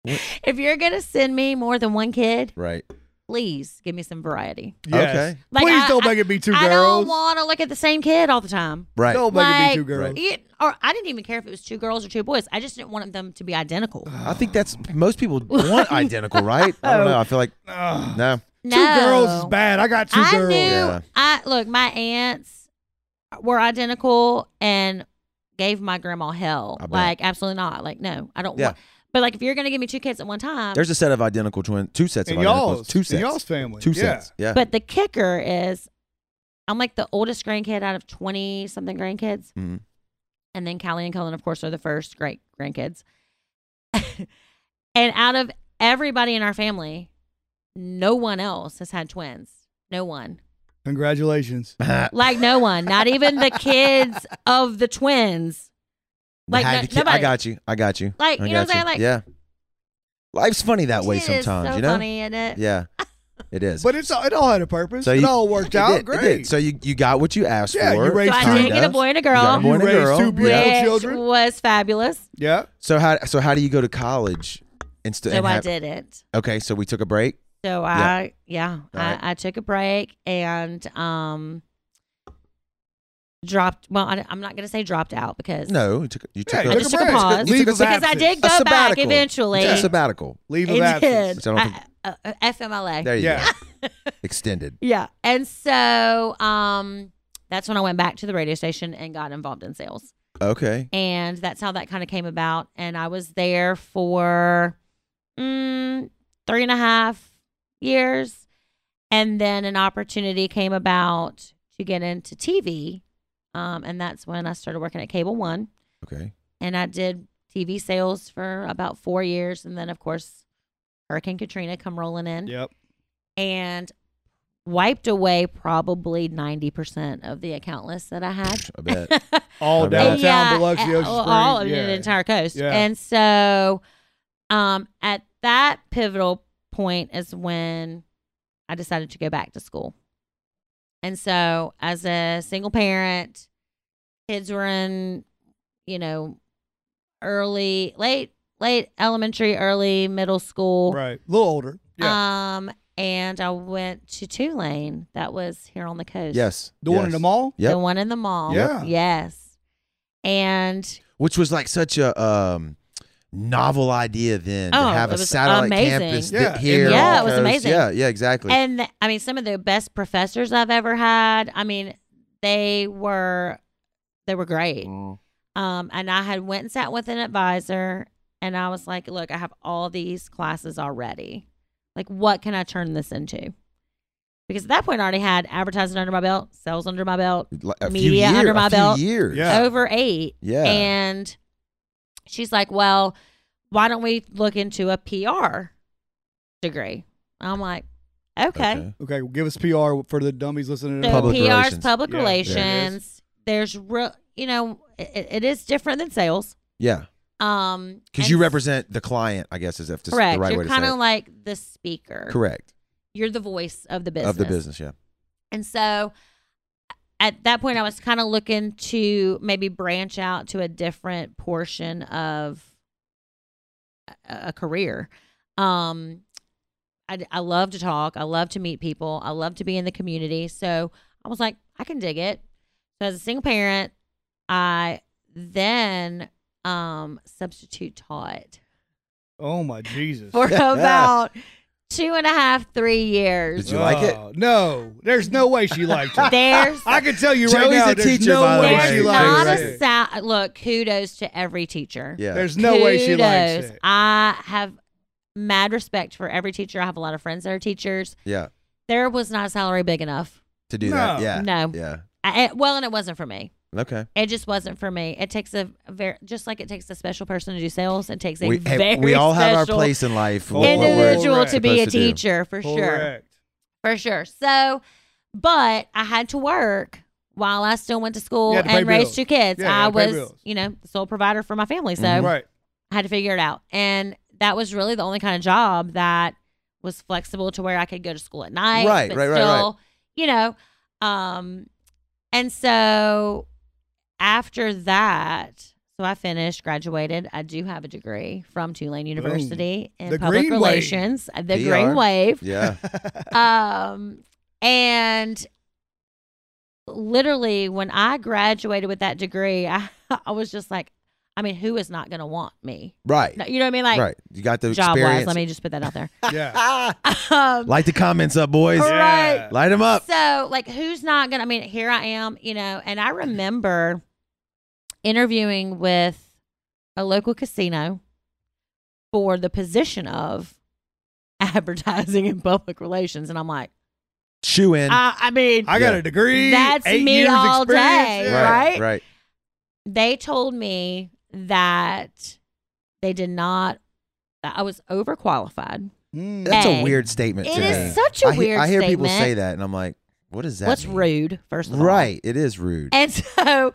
Speaker 1: What?
Speaker 3: if you're gonna send me more than one kid,
Speaker 1: Right.
Speaker 3: please give me some variety.
Speaker 2: Yes.
Speaker 1: Okay.
Speaker 3: Like,
Speaker 2: Please
Speaker 3: I-
Speaker 2: don't make it be two
Speaker 3: I
Speaker 2: girls.
Speaker 3: don't want to look at the same kid all the time.
Speaker 1: Right.
Speaker 2: Don't make it be two
Speaker 3: Like-
Speaker 2: girls.
Speaker 1: Right.
Speaker 3: It- or I didn't even care if it was two girls or two boys. I just didn't want them to be identical.
Speaker 1: I think that's most people want identical, right? I
Speaker 3: Oh.
Speaker 1: don't know. I feel like
Speaker 2: Ugh.
Speaker 1: no.
Speaker 3: No.
Speaker 2: Two girls is bad. I got two
Speaker 3: I
Speaker 2: girls.
Speaker 3: knew.
Speaker 1: Yeah.
Speaker 3: I look. My aunts were identical and gave my grandma hell.
Speaker 1: I bet.
Speaker 3: Like absolutely not. Like no, I don't
Speaker 1: Yeah.
Speaker 3: want. But like if you're gonna give me two kids at one time,
Speaker 1: There's a set of identical twin, two sets of
Speaker 2: And
Speaker 1: identical,
Speaker 2: y'all's
Speaker 1: two
Speaker 2: and y'all's
Speaker 1: sets,
Speaker 2: family.
Speaker 1: two
Speaker 2: yeah.
Speaker 1: sets. Yeah.
Speaker 3: but the kicker is, I'm like the oldest grandkid out of twenty something grandkids,
Speaker 1: Mhm.
Speaker 3: and then Callie and Cullen, of course, are the first great grandkids. and out of everybody in our family, no one else has had twins. No one.
Speaker 2: Congratulations.
Speaker 3: Like no one, not even the kids of the twins. Like,
Speaker 1: I,
Speaker 3: no-
Speaker 1: had to ki- I
Speaker 3: nobody-
Speaker 1: got you. I got you.
Speaker 3: Like,
Speaker 1: I
Speaker 3: you
Speaker 1: got
Speaker 3: know what I'm saying? Like
Speaker 1: yeah. Life's funny that way
Speaker 3: it is
Speaker 1: sometimes,
Speaker 3: so
Speaker 1: you know?
Speaker 3: funny, isn't it?
Speaker 1: Yeah. It is.
Speaker 2: But it's all, it all had a purpose.
Speaker 1: So
Speaker 2: it
Speaker 1: you-
Speaker 2: all worked
Speaker 1: It
Speaker 2: out
Speaker 1: did, it
Speaker 2: great.
Speaker 1: did. So you, you got what you asked
Speaker 2: Yeah, you
Speaker 1: for.
Speaker 2: raised
Speaker 3: So I
Speaker 1: kind
Speaker 3: did get a
Speaker 1: of.
Speaker 3: boy and a
Speaker 1: You got
Speaker 3: girl,
Speaker 1: a boy and a
Speaker 2: You raised
Speaker 1: girl.
Speaker 2: two
Speaker 3: which
Speaker 2: beautiful children.
Speaker 3: was fabulous.
Speaker 2: Yeah.
Speaker 1: So how so how do you go to college instead?
Speaker 3: So I did it.
Speaker 1: Okay, so we took a break.
Speaker 3: So I, yeah,
Speaker 1: Right.
Speaker 3: I, I took a break and um dropped. Well, I, am not going to say dropped out because
Speaker 1: No, you took you took
Speaker 2: you
Speaker 1: a,
Speaker 3: I
Speaker 2: took
Speaker 3: just
Speaker 2: a
Speaker 3: took a
Speaker 2: break.
Speaker 1: You
Speaker 3: pause
Speaker 1: took a
Speaker 2: Leave of
Speaker 1: break.
Speaker 3: because I did
Speaker 2: absence.
Speaker 3: go
Speaker 1: a
Speaker 3: back
Speaker 1: sabbatical.
Speaker 3: eventually.
Speaker 1: Yeah, sabbatical.
Speaker 2: Leave of
Speaker 3: It
Speaker 2: absence.
Speaker 3: did.
Speaker 1: Which I don't think-
Speaker 3: I- uh, uh, FMLA.
Speaker 1: There you
Speaker 2: Yeah.
Speaker 1: go. Extended.
Speaker 3: Yeah. And so um that's when I went back to the radio station and got involved in sales.
Speaker 1: Okay.
Speaker 3: And that's how that kind of came about. And I was there for mm, three and a half years. And then an opportunity came about to get into TV. Um, and that's when I started working at Cable One.
Speaker 1: Okay.
Speaker 3: And I did TV sales for about four years. And then, of course, Hurricane Katrina come rolling in
Speaker 2: Yep.
Speaker 3: and wiped away probably 90% of the account list that I had.
Speaker 1: I bet.
Speaker 2: All
Speaker 1: I bet.
Speaker 2: downtown
Speaker 3: Yeah,
Speaker 2: Biloxi, Ocean
Speaker 3: uh,
Speaker 2: Springs.
Speaker 3: all of
Speaker 2: yeah.
Speaker 3: the entire coast.
Speaker 2: Yeah.
Speaker 3: And so um at that pivotal point is when I decided to go back to school. And so as a single parent, kids were in, you know, early late late elementary, early middle school.
Speaker 2: Right. A little older. Yeah.
Speaker 3: Um, and I went to Tulane. That was here on the coast.
Speaker 1: yes.
Speaker 2: the one in
Speaker 1: yes.
Speaker 2: the mall.
Speaker 1: Yep.
Speaker 3: The one in the mall.
Speaker 2: Yeah.
Speaker 3: Yes. And
Speaker 1: Which was like such a um novel idea then to
Speaker 3: Oh,
Speaker 1: have
Speaker 3: it
Speaker 1: a
Speaker 3: was
Speaker 1: satellite
Speaker 3: amazing.
Speaker 1: campus
Speaker 2: Yeah,
Speaker 1: th- here. on
Speaker 2: in the
Speaker 1: the
Speaker 2: Yeah, it was
Speaker 1: coast.
Speaker 3: amazing.
Speaker 1: Yeah, yeah, exactly.
Speaker 3: and th- I mean some of the best professors I've ever had. I mean, they were they were great.
Speaker 1: Mm.
Speaker 3: Um, and I had went and sat with an advisor and I was like, look, I have all these classes already. Like, what can I turn this into? Because at that point I already had advertising under my belt, sales under my belt,
Speaker 1: Like a few
Speaker 3: Media
Speaker 1: year-
Speaker 3: under my
Speaker 1: a few
Speaker 3: belt.
Speaker 1: years.
Speaker 2: Yeah.
Speaker 3: over eight.
Speaker 1: Yeah.
Speaker 3: And she's like, Well, why don't we look into a PR degree? I'm like, Okay.
Speaker 2: Okay. Well, give us PR for the dummies listening.
Speaker 3: So
Speaker 2: at home.
Speaker 1: Public
Speaker 3: PR's
Speaker 1: relations.
Speaker 3: public
Speaker 2: Yeah, there it is.
Speaker 3: relations. There's real, you know, it, it is different than sales.
Speaker 1: Yeah.
Speaker 3: Um,
Speaker 1: Because
Speaker 3: and
Speaker 1: you represent the client, I guess, is if this is
Speaker 3: correct.
Speaker 1: the right
Speaker 3: You're
Speaker 1: way to say
Speaker 3: kind
Speaker 1: it.
Speaker 3: of like the speaker.
Speaker 1: correct.
Speaker 3: You're the voice of the business.
Speaker 1: Of the business, yeah.
Speaker 3: And so at that point, I was kind of looking to maybe branch out to a different portion of a, a career. Um, I, I love to talk. I love to meet people. I love to be in the community. So I was like, I can dig it. So as a single parent, I then um, substitute taught
Speaker 2: Oh my Jesus.
Speaker 3: for about two and a half, three years.
Speaker 1: Did you like it?
Speaker 2: Oh, No. There's no way she liked it.
Speaker 3: There's
Speaker 2: I can tell you right
Speaker 1: Joey's
Speaker 2: now.
Speaker 1: a
Speaker 2: there's
Speaker 1: teacher,
Speaker 2: no
Speaker 1: by the
Speaker 2: way
Speaker 1: way.
Speaker 2: she
Speaker 3: There's not
Speaker 2: likes
Speaker 3: a
Speaker 2: it.
Speaker 3: sa- look. Kudos to every teacher.
Speaker 1: Yeah.
Speaker 2: There's no way she likes
Speaker 3: Kudos.
Speaker 2: it.
Speaker 3: I have mad respect for every teacher. I have a lot of friends that are teachers.
Speaker 1: yeah.
Speaker 3: There was not a salary big enough.
Speaker 1: To do that.
Speaker 2: No.
Speaker 1: Yeah.
Speaker 3: No.
Speaker 1: Yeah.
Speaker 3: I, it- well, and it wasn't for me.
Speaker 1: Okay.
Speaker 3: It just wasn't for me. It takes a very just like it takes a special person to do sales. It takes a
Speaker 1: We, hey,
Speaker 3: very
Speaker 1: we all have our
Speaker 3: special
Speaker 1: place in life.
Speaker 2: what we're
Speaker 3: individual to be a
Speaker 1: supposed to do.
Speaker 3: teacher for sure.
Speaker 2: Correct.
Speaker 3: For sure. So, but I had to work while I still went to school
Speaker 2: You had to pay
Speaker 3: and raised
Speaker 2: bills.
Speaker 3: two kids.
Speaker 2: Yeah, you
Speaker 3: I
Speaker 2: had to pay
Speaker 3: was,
Speaker 2: bills. Mm-hmm.
Speaker 3: you know, the sole provider for my family. So
Speaker 1: Mhm.
Speaker 2: Right.
Speaker 3: I had to figure it out. And that was really the only kind of job that was flexible to where I could go to school at night.
Speaker 1: Right,
Speaker 3: but
Speaker 1: right, right,
Speaker 3: still, You know, um, and so after that, so I finished, graduated. I do have a degree from Tulane University in
Speaker 2: The
Speaker 3: public
Speaker 2: green wave.
Speaker 3: relations, the
Speaker 1: PR.
Speaker 3: Green Wave
Speaker 1: Yeah.
Speaker 3: um and literally when i graduated with that degree i, I was just like i mean who is not going to want me
Speaker 1: Right.
Speaker 3: No, you know what i mean like
Speaker 1: right. You got the
Speaker 3: job wise
Speaker 1: experience.
Speaker 3: let me just put that out there
Speaker 2: yeah.
Speaker 1: Ah,
Speaker 3: um,
Speaker 1: light the comments up, boys.
Speaker 3: Yeah. Right.
Speaker 1: Light them up.
Speaker 3: so like who's not going to i mean here i am you know and i remember interviewing with a local casino for the position of advertising and public relations and i'm like
Speaker 1: Chew in.
Speaker 3: I, I mean
Speaker 2: I got
Speaker 1: Yeah.
Speaker 2: a degree.
Speaker 3: That's
Speaker 2: eight
Speaker 3: me
Speaker 2: years
Speaker 3: all
Speaker 2: experience.
Speaker 3: day,
Speaker 2: Yeah.
Speaker 1: right.
Speaker 3: right?
Speaker 1: Right.
Speaker 3: they told me that they did not that I was overqualified.
Speaker 2: Mm.
Speaker 1: That's a
Speaker 3: A.
Speaker 1: weird statement
Speaker 3: It
Speaker 1: to
Speaker 3: is
Speaker 1: me.
Speaker 3: such a
Speaker 1: I he-
Speaker 3: weird
Speaker 1: I hear people
Speaker 3: statement.
Speaker 1: say that, and I'm like, what does that
Speaker 3: What's
Speaker 1: mean?
Speaker 3: rude, first of all.
Speaker 1: Right. It is rude.
Speaker 3: And so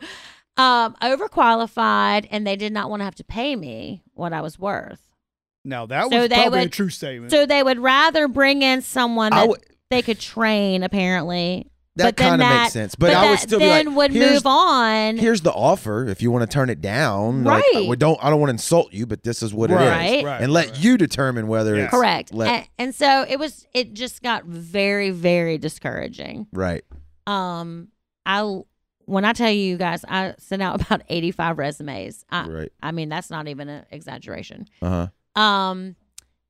Speaker 3: um overqualified and they did not want to have to pay me what I was worth.
Speaker 2: Now that
Speaker 3: So
Speaker 2: was
Speaker 3: they
Speaker 2: probably a
Speaker 3: would-
Speaker 2: true statement.
Speaker 3: So they would rather bring in someone
Speaker 1: I
Speaker 3: that
Speaker 1: would-
Speaker 3: they could train apparently.
Speaker 1: that
Speaker 3: but then
Speaker 1: kind of
Speaker 3: that-
Speaker 1: makes sense. But, I would
Speaker 3: that
Speaker 1: still be
Speaker 3: then
Speaker 1: like,
Speaker 3: would
Speaker 1: here's,
Speaker 3: move on.
Speaker 1: here's the offer. If you want to turn it down, like,
Speaker 3: Right.
Speaker 1: we don't. I don't want to insult you, but this is what it is,
Speaker 3: Right.
Speaker 1: and let
Speaker 2: right.
Speaker 1: you determine whether
Speaker 2: Yeah.
Speaker 1: it's
Speaker 3: Correct.
Speaker 1: let-
Speaker 3: and, and so it was it just got very, very discouraging.
Speaker 1: right.
Speaker 3: um i when i tell you you guys i sent out about 85 resumes i,
Speaker 1: Right.
Speaker 3: I mean that's not even an exaggeration
Speaker 1: Uh huh.
Speaker 3: um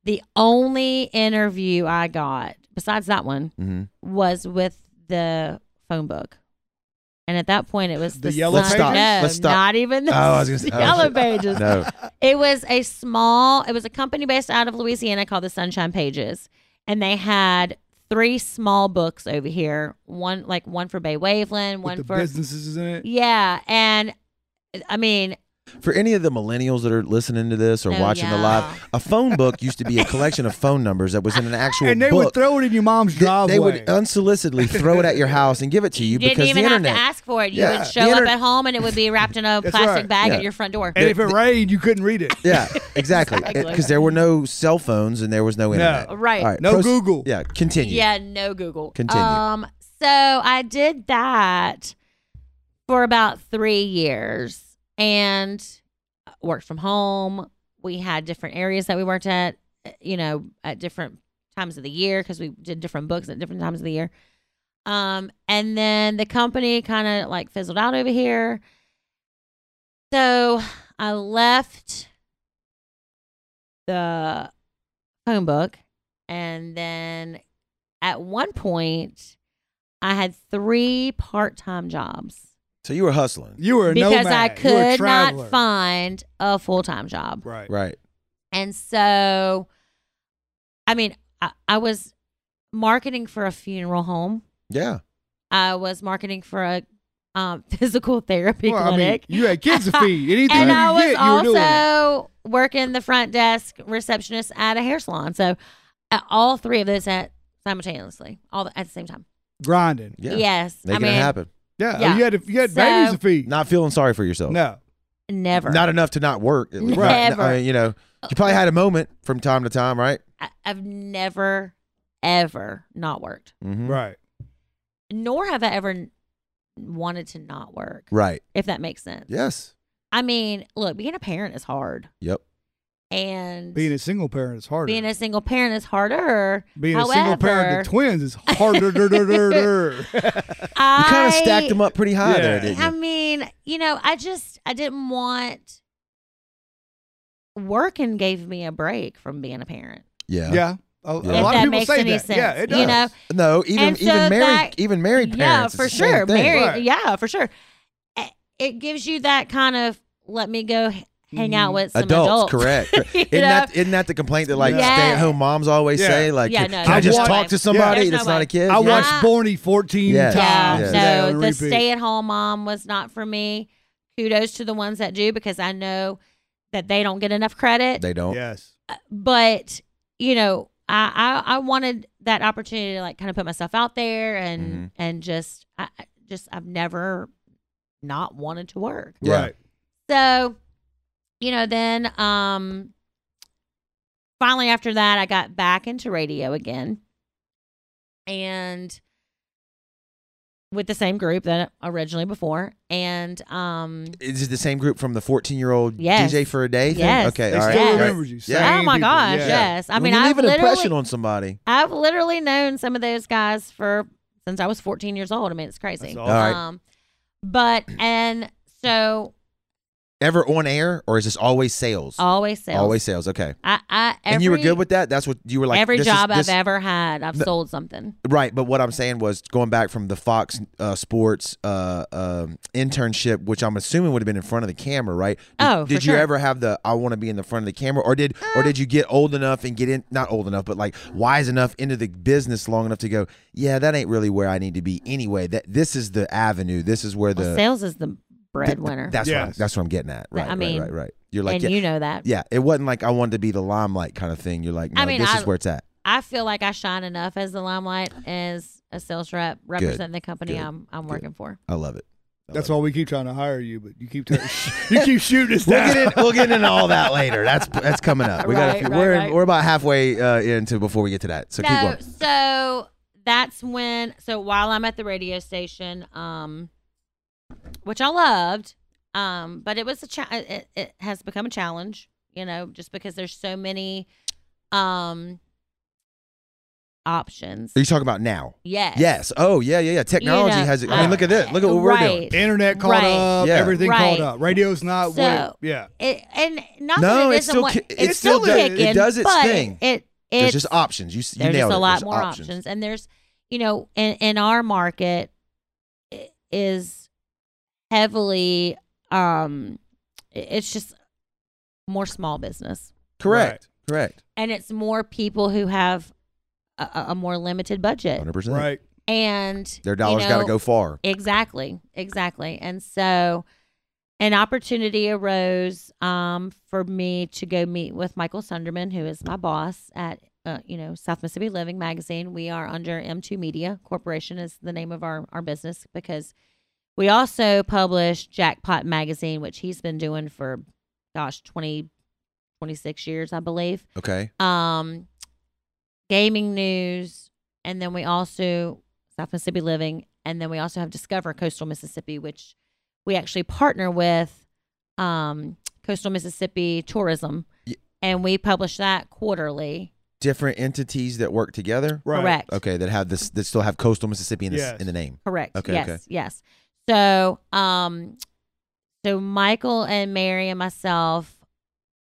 Speaker 3: the only interview i got besides that one
Speaker 1: hmm
Speaker 3: was with the phone book and at that point it was
Speaker 2: The
Speaker 3: the,
Speaker 2: yellow
Speaker 3: Sun-
Speaker 1: Let's stop.
Speaker 3: no,
Speaker 1: Let's stop.
Speaker 3: not even the
Speaker 1: Oh, I was gonna say- oh,
Speaker 3: yellow
Speaker 1: shit.
Speaker 3: pages
Speaker 1: No.
Speaker 3: it was a small, it was a company based out of Louisiana called the Sunshine Pages. And they had three small books over here one, like one for Bay Waveland,
Speaker 2: With
Speaker 3: one
Speaker 2: the
Speaker 3: for.
Speaker 2: businesses in it.
Speaker 3: Yeah. And I mean,
Speaker 1: For any of the millennials that are listening to this or
Speaker 3: Oh,
Speaker 1: watching the
Speaker 3: yeah.
Speaker 1: live, a phone book used to be a collection of phone numbers that was in an actual
Speaker 2: And they would
Speaker 1: book.
Speaker 2: throw it in your mom's
Speaker 1: Th-
Speaker 2: driveway.
Speaker 1: they would unsolicitedly throw it at your house and give it to you
Speaker 3: you didn't
Speaker 1: because
Speaker 3: even
Speaker 1: the
Speaker 3: have
Speaker 1: internet.
Speaker 3: to ask for it. You
Speaker 1: Yeah,
Speaker 3: would
Speaker 1: the
Speaker 3: show
Speaker 1: inter-
Speaker 3: up at home and it would be wrapped in a
Speaker 2: That's
Speaker 3: plastic
Speaker 2: right.
Speaker 3: bag
Speaker 1: Yeah.
Speaker 3: at your front door.
Speaker 2: and if it rained, you couldn't read it.
Speaker 1: Yeah, exactly. Because
Speaker 3: Exactly.
Speaker 1: there were no cell phones and there was no internet.
Speaker 3: right.
Speaker 1: All right,
Speaker 2: No Google.
Speaker 1: Yeah, continue.
Speaker 3: Yeah, no Google.
Speaker 1: Continue.
Speaker 3: Um, so I did that for about three years and worked from home. We had different areas that we worked at, you know, at different times of the year because we did different books at different times of the year. Um, and then the company kind of like fizzled out over here. So I left the phone book and then at one point I had three part-time jobs
Speaker 1: So you were hustling.
Speaker 2: You were a
Speaker 3: because
Speaker 2: nomad.
Speaker 3: I
Speaker 2: you were a
Speaker 3: could
Speaker 2: traveler.
Speaker 3: not find a full-time job.
Speaker 2: Right.
Speaker 1: Right.
Speaker 3: And so I mean, I, I was marketing for a funeral home.
Speaker 1: Yeah.
Speaker 3: I was marketing for a um, physical therapy
Speaker 2: Well, I mean,
Speaker 3: clinic.
Speaker 2: you had kids to feed. Anything
Speaker 3: and
Speaker 2: you
Speaker 3: I
Speaker 2: could
Speaker 3: was
Speaker 2: get, you were doing it.
Speaker 3: also working the front desk receptionist at a hair salon. So uh, all three of those at simultaneously, all the, at the same time.
Speaker 2: grinding.
Speaker 1: Yeah.
Speaker 3: Yes,
Speaker 1: Making
Speaker 3: I mean,
Speaker 1: it happen.
Speaker 2: Yeah,
Speaker 3: Yeah.
Speaker 2: you had to, you had
Speaker 3: So-
Speaker 2: babies to feed.
Speaker 1: Not feeling sorry for yourself.
Speaker 2: no,
Speaker 3: never.
Speaker 1: Not enough to not work. at least.
Speaker 3: Never.
Speaker 1: Not- I mean, you know, you probably had a moment from time to time, right?
Speaker 3: I, I've never, ever not worked.
Speaker 1: Mm-hmm.
Speaker 2: right.
Speaker 3: Nor have I ever n- wanted to not work,
Speaker 1: Right.
Speaker 3: if that makes sense.
Speaker 1: Yes.
Speaker 3: I mean, look, being a parent is hard.
Speaker 1: Yep.
Speaker 3: And
Speaker 2: Being a single parent is harder.
Speaker 3: being a single parent is harder.
Speaker 2: Being a single parent
Speaker 3: However-
Speaker 2: to twins is harder.
Speaker 1: You
Speaker 3: I
Speaker 1: kind of stacked them up pretty high
Speaker 2: Yeah.
Speaker 1: there, didn't you?
Speaker 3: I mean, you know, I just I didn't want working gave me a break from being a parent.
Speaker 1: yeah.
Speaker 2: yeah, a, a
Speaker 1: If
Speaker 2: lot
Speaker 1: that
Speaker 2: of people
Speaker 3: makes
Speaker 2: say
Speaker 3: any
Speaker 2: that.
Speaker 3: sense,
Speaker 2: yeah, it does.
Speaker 3: you know?
Speaker 1: No, even
Speaker 3: And so
Speaker 1: even married
Speaker 3: that-
Speaker 1: even married
Speaker 3: yeah,
Speaker 1: parents.
Speaker 3: for
Speaker 1: it's the same
Speaker 3: sure.
Speaker 1: thing.
Speaker 3: Married,
Speaker 2: Right.
Speaker 3: yeah, for sure. Eh, It gives you that kind of let me go h- hang
Speaker 2: Mm-hmm.
Speaker 3: out with some
Speaker 1: Adults,
Speaker 3: adults.
Speaker 1: correct.
Speaker 3: You
Speaker 1: isn't that isn't that the complaint that like
Speaker 3: Yeah.
Speaker 1: stay at home moms always
Speaker 2: Yeah.
Speaker 1: say? Like,
Speaker 3: Yeah,
Speaker 1: can,
Speaker 3: no,
Speaker 1: can I
Speaker 2: there's
Speaker 1: just
Speaker 2: no
Speaker 1: talk
Speaker 3: way.
Speaker 1: to somebody
Speaker 3: There's
Speaker 1: that's
Speaker 3: no
Speaker 1: not
Speaker 3: way.
Speaker 1: a kid? Yeah.
Speaker 2: I watched Borny fourteen
Speaker 1: Yes.
Speaker 3: Yeah.
Speaker 2: times. today
Speaker 3: No,
Speaker 2: on
Speaker 3: the
Speaker 2: repeat.
Speaker 3: stay at home mom was not for me. Kudos to the ones that do because I know that they don't get enough credit.
Speaker 1: They don't.
Speaker 2: Yes,
Speaker 3: but you know I, I i wanted that opportunity to like kind of put myself out there and
Speaker 1: Mhm.
Speaker 3: and just I, I just i've never not wanted to work
Speaker 1: Yeah.
Speaker 2: right.
Speaker 3: so you know, then um finally after that I got back into radio again. And with the same group that originally before. And um
Speaker 1: Is it the same group from the 14 year old
Speaker 3: Yes.
Speaker 1: DJ for a day thing?
Speaker 3: Yes.
Speaker 1: Okay,
Speaker 2: They
Speaker 1: all right.
Speaker 2: still
Speaker 1: all right.
Speaker 2: remembered you.
Speaker 1: Yeah.
Speaker 2: Same
Speaker 3: Oh my
Speaker 2: people.
Speaker 3: gosh,
Speaker 2: Yeah.
Speaker 3: yes. I
Speaker 1: When
Speaker 3: mean
Speaker 1: you
Speaker 3: I've
Speaker 1: leave an
Speaker 3: literally
Speaker 1: impression on somebody.
Speaker 3: I've literally known some of those guys for since I was 14 years old. I mean, it's crazy.
Speaker 2: That's
Speaker 1: awesome. All right.
Speaker 3: Um, but and so
Speaker 1: Ever on air or is this always sales?
Speaker 3: always sales.
Speaker 1: Always sales. Okay.
Speaker 3: I, I every,
Speaker 1: and you were good with that. That's what you were like.
Speaker 3: every
Speaker 1: this is-
Speaker 3: job
Speaker 1: this-
Speaker 3: I've ever had. I've
Speaker 1: No.
Speaker 3: sold something.
Speaker 1: Right, but what I'm saying was going back from the Fox uh, Sports uh, um internship, which I'm assuming would have been in front of the camera, right? Did,
Speaker 3: Oh, for
Speaker 1: did you
Speaker 3: sure. Uh.
Speaker 1: ever have the I want to be in the front of the camera, or did or did you get old enough and get in not old enough, but like wise enough into the business long enough to go, yeah, that ain't really where I need to be anyway. That this is the avenue. This is where the
Speaker 3: well, sales is the breadwinner,
Speaker 1: That's what I'm,
Speaker 2: Yes.
Speaker 1: that's what I'm getting at. Right,
Speaker 3: I mean,
Speaker 1: right, right, right. You're like,
Speaker 3: and
Speaker 1: yeah,
Speaker 3: you know that.
Speaker 1: yeah, it wasn't like I wanted to be the limelight kind of thing. You're like, no,
Speaker 3: I mean,
Speaker 1: this
Speaker 3: I-
Speaker 1: is where it's at.
Speaker 3: I feel like I shine enough as the limelight as a sales rep representing the company
Speaker 1: Good.
Speaker 3: I'm I'm working for.
Speaker 1: I love it. I
Speaker 2: That's
Speaker 1: love
Speaker 2: why we keep trying to hire you, but you keep t- you keep shooting us
Speaker 1: We'll
Speaker 2: down.
Speaker 1: get in, we'll get into all that later. That's that's coming up. We got
Speaker 3: Right,
Speaker 1: a few,
Speaker 3: right,
Speaker 1: we're
Speaker 3: right.
Speaker 1: we're about halfway uh, into before we get to that. So keep
Speaker 3: so
Speaker 1: going.
Speaker 3: so that's when so while I'm at the radio station, um, which I loved, um, but it was a cha- it, it has become a challenge, you know, just because there's so many, um, options.
Speaker 1: Are you talking about now?
Speaker 3: Yes.
Speaker 1: Yes. Oh yeah, yeah, yeah. Technology has it. I mean, look at this. Look at what we're doing.
Speaker 3: Right.
Speaker 2: Internet caught
Speaker 3: Right.
Speaker 2: up,
Speaker 1: Yeah.
Speaker 2: everything
Speaker 3: Right.
Speaker 2: caught up. Radio's not what it-
Speaker 3: So-
Speaker 2: yeah.
Speaker 3: It, and not
Speaker 1: No,
Speaker 3: that it
Speaker 1: it
Speaker 3: isn't
Speaker 1: still
Speaker 3: what,
Speaker 1: ki- it
Speaker 3: it's
Speaker 1: still
Speaker 2: does- it
Speaker 3: kicking,
Speaker 1: does its
Speaker 3: but
Speaker 1: thing.
Speaker 3: It, it
Speaker 1: There's
Speaker 3: it's
Speaker 1: just options. You s- you
Speaker 3: there's
Speaker 1: nailed
Speaker 3: just a
Speaker 1: it.
Speaker 3: lot
Speaker 1: There's
Speaker 3: more options. and there's you know in in our market i- is heavily um i- it's just more small business
Speaker 1: Correct. Correct.
Speaker 3: and it's more people who have a, a- a more limited budget
Speaker 1: Hundred percent.
Speaker 2: Right.
Speaker 3: and
Speaker 1: Their dollars
Speaker 3: you
Speaker 1: got to
Speaker 3: know,
Speaker 1: go far.
Speaker 3: Exactly. Exactly. And so an opportunity arose um, for me to go meet with Michael Sunderman, who is my boss at, uh, you know, South Mississippi Living Magazine. We are under M2 Media Corporation is the name of our, our business because we also publish Jackpot Magazine, which he's been doing for, gosh, 20, 26 years, I believe
Speaker 1: Okay.
Speaker 3: um, gaming news, and then we also South Mississippi Living, and then we also have Discover Coastal Mississippi, which we actually partner with um, Coastal Mississippi Tourism,
Speaker 1: Ye-
Speaker 3: and we publish that quarterly.
Speaker 1: Different entities that work together.
Speaker 2: Right.
Speaker 3: Correct.
Speaker 1: Okay. That have this. That still have coastal Mississippi in the s-
Speaker 2: Yes.
Speaker 1: in the name.
Speaker 3: Correct.
Speaker 1: Okay,
Speaker 3: Yes.
Speaker 1: okay.
Speaker 3: Yes. So, um, so Michael and Mary and myself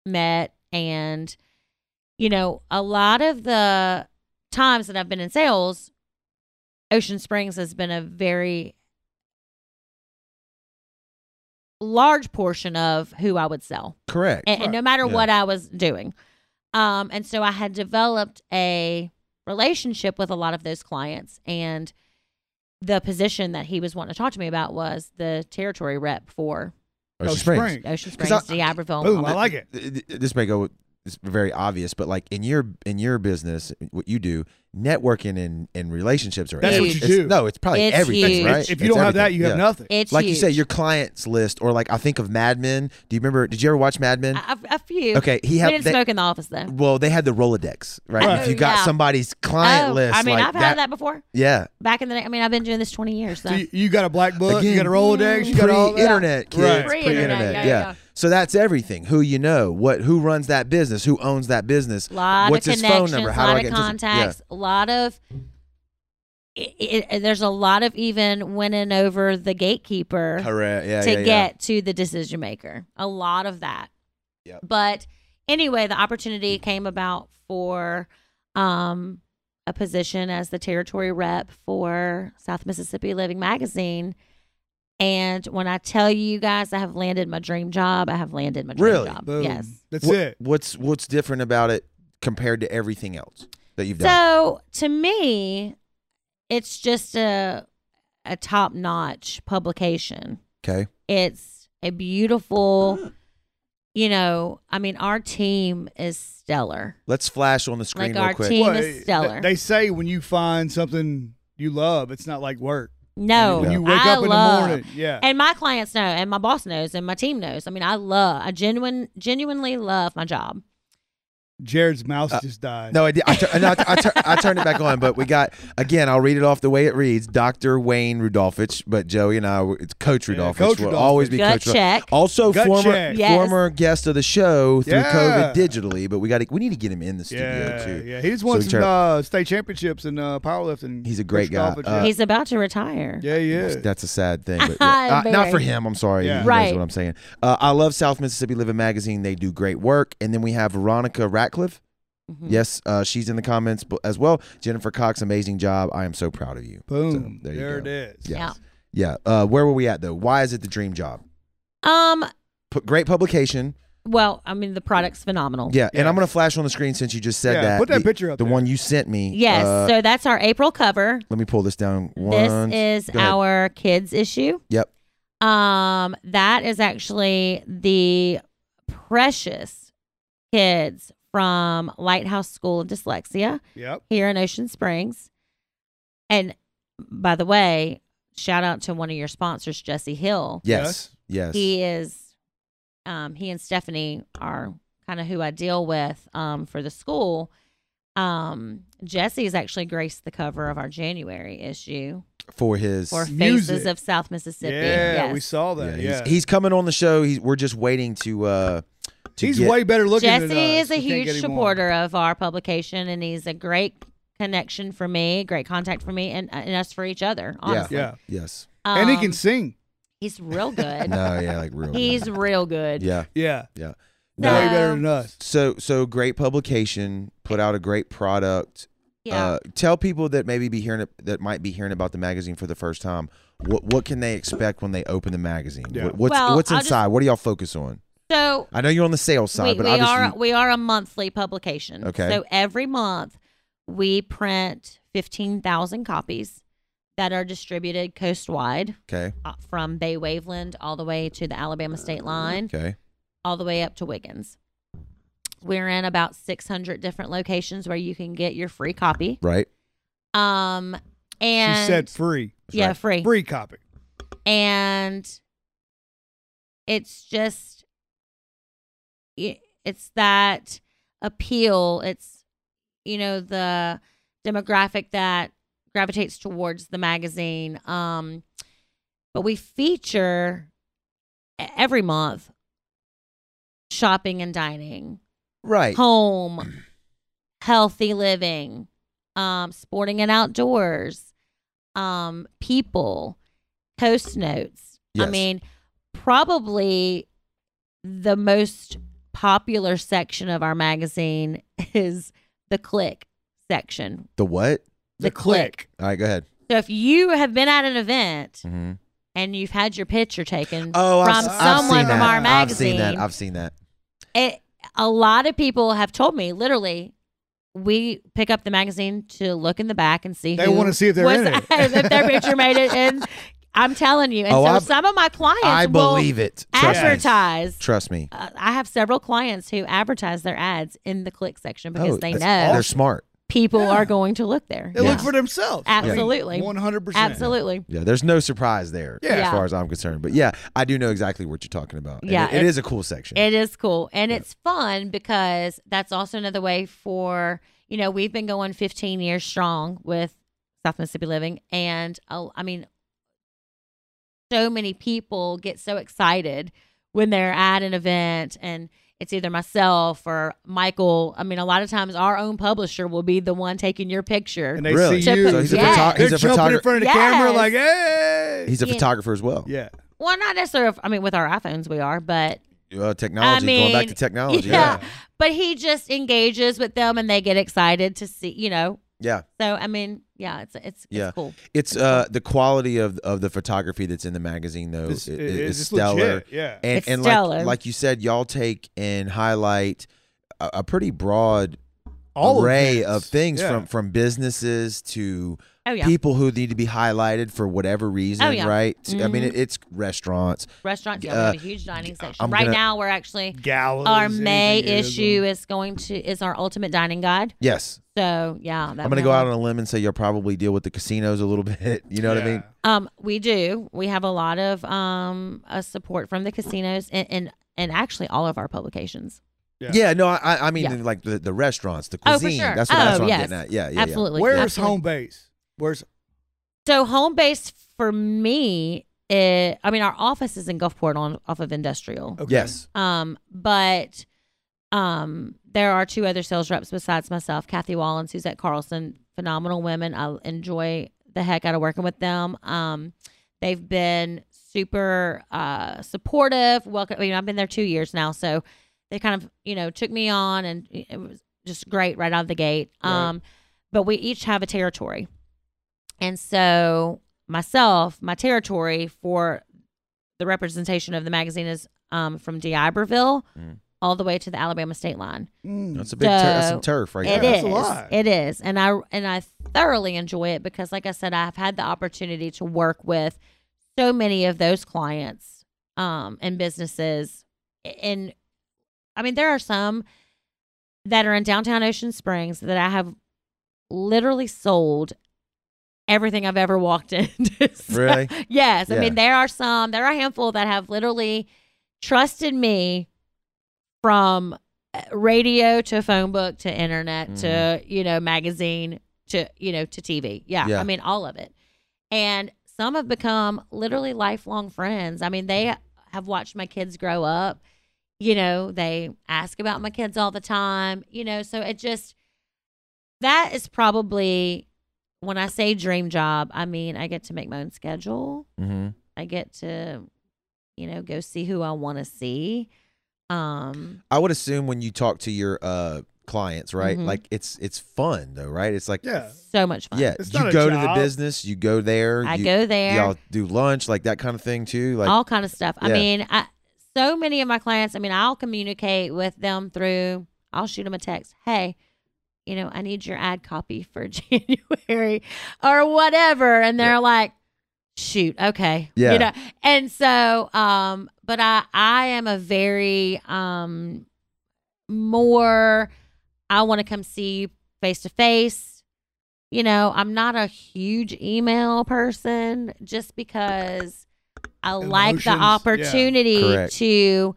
Speaker 3: met, and you know, a lot of the times that I've been in sales, Ocean Springs has been a very large portion of who I would sell
Speaker 1: Correct.
Speaker 3: and, and no matter
Speaker 1: Yeah.
Speaker 3: what I was doing. Um, and so I had developed a relationship with a lot of those clients. And the position that he was wanting to talk to me about was the territory rep for
Speaker 1: Ocean
Speaker 2: Oh,
Speaker 1: Springs.
Speaker 2: spring.
Speaker 3: Ocean
Speaker 1: 'Cause
Speaker 3: Springs,
Speaker 1: I-
Speaker 3: D'Iberville.
Speaker 2: Boom, I like it.
Speaker 1: th- th- this may go it's very obvious but like in your in your business what you do networking and and relationships are
Speaker 2: That's
Speaker 1: every-
Speaker 3: what you
Speaker 1: it's-
Speaker 2: do.
Speaker 1: no it's probably
Speaker 3: It's
Speaker 1: everything
Speaker 3: huge.
Speaker 1: right
Speaker 2: If you
Speaker 1: It's
Speaker 2: don't have that,
Speaker 1: everything.
Speaker 2: you have
Speaker 1: Yeah.
Speaker 2: nothing.
Speaker 3: It's
Speaker 1: like you say
Speaker 3: huge.
Speaker 1: your clients list or like i think of mad men do you remember did you ever watch mad men
Speaker 3: a, a- a few.
Speaker 1: okay he
Speaker 3: we
Speaker 1: had
Speaker 3: didn't
Speaker 1: they-
Speaker 3: smoke in the office though.
Speaker 1: well they had the rolodex right
Speaker 2: Right.
Speaker 1: if you got
Speaker 3: Yeah.
Speaker 1: somebody's client
Speaker 3: Oh,
Speaker 1: list
Speaker 3: I mean,
Speaker 1: like
Speaker 3: I've had that before.
Speaker 1: yeah
Speaker 3: Back in the day, I mean, I've been doing this twenty years. So.
Speaker 2: So you, you got a black book,
Speaker 1: Again,
Speaker 2: you got a Rolodex, you got all that.
Speaker 1: Mm-hmm. pre-internet kids,
Speaker 2: Right.
Speaker 1: pre-internet,
Speaker 3: Pre-internet,
Speaker 1: yeah,
Speaker 3: yeah, yeah.
Speaker 1: So that's everything. Who you know, what, who runs that business, who owns that business,
Speaker 3: lot
Speaker 1: what's
Speaker 3: of
Speaker 1: his phone
Speaker 3: connections,
Speaker 1: number, how do
Speaker 3: lot
Speaker 1: I
Speaker 3: of
Speaker 1: get in touch with- yeah.
Speaker 3: contacts, a lot of. It, it, there's a lot of even winning over the gatekeeper.
Speaker 1: Correct. Yeah.
Speaker 3: to
Speaker 1: yeah, yeah.
Speaker 3: get to the decision maker. A lot of that.
Speaker 1: Yep.
Speaker 3: But anyway, the opportunity came about for um, a position as the territory rep for South Mississippi Living Magazine. And when I tell you guys, I have landed my dream job. I have landed my dream
Speaker 1: Really?
Speaker 3: job.
Speaker 2: Boom.
Speaker 3: Yes.
Speaker 2: That's
Speaker 1: What-
Speaker 2: it.
Speaker 1: What's what's different about it compared to everything else that you've done?
Speaker 3: So to me, it's just a a top notch publication.
Speaker 1: Okay.
Speaker 3: It's a beautiful, you know, I mean, our team is stellar.
Speaker 1: Let's flash on the screen
Speaker 3: Like
Speaker 1: real
Speaker 3: our
Speaker 1: quick.
Speaker 3: team- Being a
Speaker 2: th-
Speaker 3: stellar.
Speaker 2: They say when you find something you love, it's not like work.
Speaker 3: No,
Speaker 2: When you wake
Speaker 3: Oh, I
Speaker 2: up in
Speaker 3: love,
Speaker 2: the morning. Yeah.
Speaker 3: and my clients know, and my boss knows, and my team knows. I mean, I love, I genuine, genuinely love my job.
Speaker 2: Jared's mouse
Speaker 1: Uh,
Speaker 2: just died.
Speaker 1: No, I did. I, tur- no, I, tur- I, tur- I turned it back on, but we got again. I'll read it off the way it reads. Dr. Wayne Rudolphich, but Joey and I, it's Coach
Speaker 2: Yeah,
Speaker 1: Rudolphich.
Speaker 2: Coach
Speaker 1: will
Speaker 2: Rudolphich.
Speaker 1: always be
Speaker 3: Gut
Speaker 1: Coach. Rudolphich.
Speaker 3: check.
Speaker 1: Also,
Speaker 2: Gut
Speaker 1: former
Speaker 2: check.
Speaker 3: Yes.
Speaker 1: former guest of the show through
Speaker 2: Yeah.
Speaker 1: COVID digitally, but we got to we need to get him in the studio
Speaker 2: yeah,
Speaker 1: too.
Speaker 2: yeah. He just
Speaker 1: So
Speaker 2: won
Speaker 1: we
Speaker 2: some
Speaker 1: turn-
Speaker 2: uh, state championships in uh, powerlifting.
Speaker 1: He's a great
Speaker 2: Coach
Speaker 1: guy.
Speaker 2: Dolphin,
Speaker 1: Uh,
Speaker 3: He's about to retire.
Speaker 2: yeah, yeah. yeah.
Speaker 1: That's a sad thing, but yeah. Uh, not for
Speaker 3: Very.
Speaker 1: him. I'm sorry.
Speaker 2: Yeah.
Speaker 1: He knows
Speaker 3: Right.
Speaker 1: what I'm saying. Uh, I love South Mississippi Living Magazine. They do great work. And then we have Veronica Ratcliffe.
Speaker 3: Mhm.
Speaker 1: Yes, uh, she's in the comments b- as well. Jennifer Cox, amazing job. I am so proud of you.
Speaker 2: Boom.
Speaker 1: So, there
Speaker 2: there
Speaker 1: you
Speaker 2: it
Speaker 1: go.
Speaker 2: is.
Speaker 1: Yeah. Yeah. Uh, where were we at though? Why is it the dream job?
Speaker 3: Um.
Speaker 1: P- great publication.
Speaker 3: Well, I mean, the product's phenomenal.
Speaker 1: Yeah. And
Speaker 2: Yeah.
Speaker 1: I'm gonna flash on the screen since you just said
Speaker 2: Yeah,
Speaker 1: that.
Speaker 2: put that
Speaker 1: the,
Speaker 2: picture up
Speaker 1: The
Speaker 2: there.
Speaker 1: one you sent me.
Speaker 3: Yes.
Speaker 1: uh,
Speaker 3: so that's our April cover.
Speaker 1: let me pull this down. One.
Speaker 3: This is
Speaker 1: go ahead.
Speaker 3: our kids issue.
Speaker 1: Yep.
Speaker 3: Um, that is actually the precious kids from Lighthouse School of Dyslexia
Speaker 2: Yep.
Speaker 3: here in Ocean Springs. And by the way, shout out to one of your sponsors, Jesse Hill.
Speaker 1: Yes. Yes.
Speaker 3: He is um he and Stephanie are kind of who I deal with um for the school. Um Jesse's actually graced the cover of our January issue
Speaker 1: for his
Speaker 3: for Faces
Speaker 2: Music.
Speaker 3: of South Mississippi.
Speaker 2: Yeah,
Speaker 3: yes.
Speaker 2: we saw
Speaker 1: Yeah,
Speaker 2: that. Yeah.
Speaker 1: he's, he's coming on the show. He's we're just waiting to uh to
Speaker 2: He's
Speaker 1: get-
Speaker 2: way better looking than
Speaker 3: Jesse
Speaker 2: us.
Speaker 3: is a
Speaker 2: We can't
Speaker 3: huge
Speaker 2: get him on.
Speaker 3: supporter of our publication, and he's a great connection for me, great contact for me, and, and us for each other. Honestly,
Speaker 2: Yeah.
Speaker 1: Yes.
Speaker 2: and he can
Speaker 3: Um,
Speaker 2: sing.
Speaker 3: He's real good.
Speaker 1: No, yeah, like real.
Speaker 3: He's real good.
Speaker 1: yeah.
Speaker 2: Yeah.
Speaker 3: No.
Speaker 2: Way
Speaker 1: No.
Speaker 2: better than us.
Speaker 1: So so great publication, put out a great product.
Speaker 3: Yeah.
Speaker 1: Uh tell people that maybe be hearing it- that might be hearing about the magazine for the first time. What what can they expect when they open the magazine?
Speaker 2: Yeah.
Speaker 1: What, what's
Speaker 3: Well,
Speaker 1: what's
Speaker 3: I'll just-
Speaker 1: inside? what do y'all focus on?
Speaker 3: so
Speaker 1: I know you're on the sales
Speaker 3: we,
Speaker 1: side, but
Speaker 3: we
Speaker 1: obviously
Speaker 3: are we are a monthly publication.
Speaker 1: Okay.
Speaker 3: So every month we print fifteen thousand copies that are distributed coastwide
Speaker 1: okay.
Speaker 3: uh, from Bay Waveland all the way to the Alabama state line,
Speaker 1: Okay.
Speaker 3: all the way up to Wiggins. We're in about six hundred different locations where you can get your free copy.
Speaker 1: Right.
Speaker 3: Um, and
Speaker 2: She said free.
Speaker 3: yeah,
Speaker 1: right.
Speaker 3: free.
Speaker 2: Free copy.
Speaker 3: and it's just i- it's that appeal it's you know the demographic that gravitates towards the magazine um but we feature e- every month shopping and dining
Speaker 1: Right.
Speaker 3: home healthy living um sporting and outdoors um people coast notes
Speaker 1: Yes.
Speaker 3: i mean probably the most popular section of our magazine is the click section
Speaker 1: The what?
Speaker 3: The click.
Speaker 1: All right, go ahead.
Speaker 3: so if you have been at an event
Speaker 1: Mm-hmm.
Speaker 3: and you've had your picture taken
Speaker 1: Oh,
Speaker 3: from
Speaker 1: I've,
Speaker 2: s-
Speaker 1: I've
Speaker 3: someone
Speaker 1: seen
Speaker 3: from
Speaker 1: that.
Speaker 3: our
Speaker 1: I've seen
Speaker 3: magazine
Speaker 1: that. I've seen that.
Speaker 3: it, a lot of people have told me literally we pick up the magazine to look in the back and see
Speaker 2: They
Speaker 3: who
Speaker 2: wanna see if they're
Speaker 3: was-
Speaker 2: in it.
Speaker 3: if their picture made it in i'm telling you and
Speaker 1: Oh,
Speaker 3: so
Speaker 1: I-
Speaker 3: some of my clients
Speaker 1: I
Speaker 3: will
Speaker 1: believe it. Trust me.
Speaker 3: advertise
Speaker 1: Trust me.
Speaker 3: uh, i have several clients who advertise their ads in the click section because they know
Speaker 1: Oh, that's- they're smart.
Speaker 3: people
Speaker 2: Yeah.
Speaker 3: are going to look there
Speaker 2: They
Speaker 1: Yeah.
Speaker 2: look for themselves.
Speaker 3: Absolutely.
Speaker 2: One hundred percent.
Speaker 3: absolutely
Speaker 1: Yeah, there's no surprise there
Speaker 2: Yeah.
Speaker 1: as
Speaker 3: Yeah.
Speaker 1: far as I'm concerned. But yeah, I do know exactly what you're talking about. And
Speaker 3: Yeah,
Speaker 1: it- it
Speaker 3: it-
Speaker 1: is a cool section.
Speaker 3: It is cool. And it's fun because that's also another way for, you know, we've been going 15 years strong with South Mississippi Living. And uh, I mean, so many people get so excited when they're at an event and it's either myself or Michael. I mean, a lot of times our own publisher will be the one taking your picture.
Speaker 2: And they
Speaker 1: Really?
Speaker 2: see
Speaker 3: To
Speaker 2: you.
Speaker 3: put- So he's a
Speaker 2: They're
Speaker 3: photo-
Speaker 1: he's a
Speaker 2: jumping in
Speaker 1: photographer.
Speaker 2: front of the
Speaker 3: Yes.
Speaker 2: camera like, hey.
Speaker 1: He's a
Speaker 3: Yeah.
Speaker 1: photographer as well.
Speaker 2: yeah.
Speaker 3: well, not necessarily, I mean, with our iPhones we are, but
Speaker 1: Uh, technology, going back to
Speaker 3: mean,
Speaker 1: technology.
Speaker 3: yeah.
Speaker 1: Oh, Yeah.
Speaker 3: But he just engages with them and they get excited to see, you know,
Speaker 1: Yeah.
Speaker 3: So I mean, yeah, it's it's,
Speaker 1: Yeah.
Speaker 3: it's cool.
Speaker 1: It's uh, the quality of, of the photography that's in the magazine, though,
Speaker 2: It's-
Speaker 1: i- i-
Speaker 2: it-
Speaker 1: is
Speaker 2: it's
Speaker 1: stellar.
Speaker 2: legit. Yeah.
Speaker 1: And,
Speaker 3: It's
Speaker 1: and
Speaker 3: stellar.
Speaker 1: Like, like you said, y'all take and highlight a, a pretty broad
Speaker 2: All
Speaker 1: array
Speaker 2: events.
Speaker 1: of things
Speaker 2: Yeah.
Speaker 1: from from businesses to
Speaker 3: Oh yeah.
Speaker 1: people who need to be highlighted for whatever reason,
Speaker 3: yeah.
Speaker 1: right? I mean,
Speaker 3: Mhm.
Speaker 1: it, it's restaurants.
Speaker 3: Restaurants. Yeah,
Speaker 1: Uh,
Speaker 3: we have a huge dining section.
Speaker 1: I'm
Speaker 3: right
Speaker 1: gonna-
Speaker 3: now, we're actually
Speaker 2: Gallows.
Speaker 3: our May
Speaker 2: anything is,
Speaker 3: issue
Speaker 2: um,
Speaker 3: is going to is our ultimate dining guide.
Speaker 1: Yes,
Speaker 3: So yeah, that
Speaker 1: I'm gonna go out on a limb and say you'll probably deal with the casinos a little bit. You know what I
Speaker 2: yeah.
Speaker 1: mean?
Speaker 3: Um, we do. We have a lot of um uh, support from the casinos and and, and actually all of our publications.
Speaker 2: Yeah.
Speaker 1: Yeah, no, I- I I mean
Speaker 3: Yeah.
Speaker 1: like the, the restaurants, the
Speaker 3: Oh, for
Speaker 1: cuisine.
Speaker 3: sure.
Speaker 1: That's what, that's
Speaker 3: Oh,
Speaker 1: what
Speaker 3: yes.
Speaker 1: I'm getting at. Yeah, yeah, yeah.
Speaker 3: Absolutely.
Speaker 2: Where's
Speaker 3: Absolutely.
Speaker 2: home base? Where's
Speaker 3: So home base for me, it, I mean, our office is in Gulfport on off of Industrial.
Speaker 2: okay.
Speaker 1: Yes.
Speaker 3: Um, but um, there are two other sales reps besides myself, Kathy Wall and Suzette Carlson. Phenomenal women. I enjoy the heck out of working with them. Um, they've been super uh, supportive. Welcome. You know, I've been there two years now, so they kind of you know took me on, and it was just great right out of the gate.
Speaker 2: Right.
Speaker 3: Um, but we each have a territory, and so myself, my territory for the representation of the magazine is um, from DeIberville
Speaker 1: Mm.
Speaker 3: all the way to the Alabama state line.
Speaker 2: Mm.
Speaker 1: That's a big tur- that's some
Speaker 3: So,
Speaker 1: turf right
Speaker 3: It
Speaker 1: there.
Speaker 2: That's
Speaker 3: is.
Speaker 2: a lot.
Speaker 3: It is. And I and I thoroughly enjoy it because like I said I've had the opportunity to work with so many of those clients um and businesses and I mean there are some that are in downtown Ocean Springs that I have literally sold everything I've ever walked into. So-
Speaker 1: Really?
Speaker 3: Yes. I
Speaker 1: Yeah.
Speaker 3: mean, there are some, there are a handful that have literally trusted me from uh, radio to phone book to internet to, you know, magazine to, you know, to TV. Yeah,
Speaker 1: Mm-hmm. Yeah.
Speaker 3: I mean, all of it. And some have become literally lifelong friends. I mean, they have watched my kids grow up. You know, they ask about my kids all the time. You know, so it just, that is probably when I say dream job, I mean I get to make my own schedule.
Speaker 1: Mm-hmm.
Speaker 3: I get to, you know, go see who I want to see. Um,
Speaker 1: I would assume when you talk to your uh clients, right?
Speaker 3: Mhm.
Speaker 1: Like it's it's fun though, right? It's like
Speaker 2: Yeah.
Speaker 3: so much fun.
Speaker 1: yeah,
Speaker 2: It's
Speaker 1: you
Speaker 2: not a
Speaker 1: go to the
Speaker 2: job.
Speaker 1: business, you go there,
Speaker 3: I
Speaker 1: you,
Speaker 3: go there,
Speaker 1: y'all do lunch, like that kind of thing too. Like
Speaker 3: all kind of stuff. I
Speaker 1: Yeah.
Speaker 3: mean, I, so many of my clients. I mean, I'll communicate with them through. I'll shoot them a text. Hey, you know, I need your ad copy for January or whatever, and they're
Speaker 1: Yeah.
Speaker 3: like, shoot, okay,
Speaker 1: Yeah.
Speaker 3: You know, and so, um, but I, I am a very, um, more. I want to come see you face to face. You know, I'm not a huge email person just because I like
Speaker 2: Emotions,
Speaker 3: the
Speaker 2: yeah.
Speaker 3: opportunity
Speaker 1: Correct.
Speaker 3: to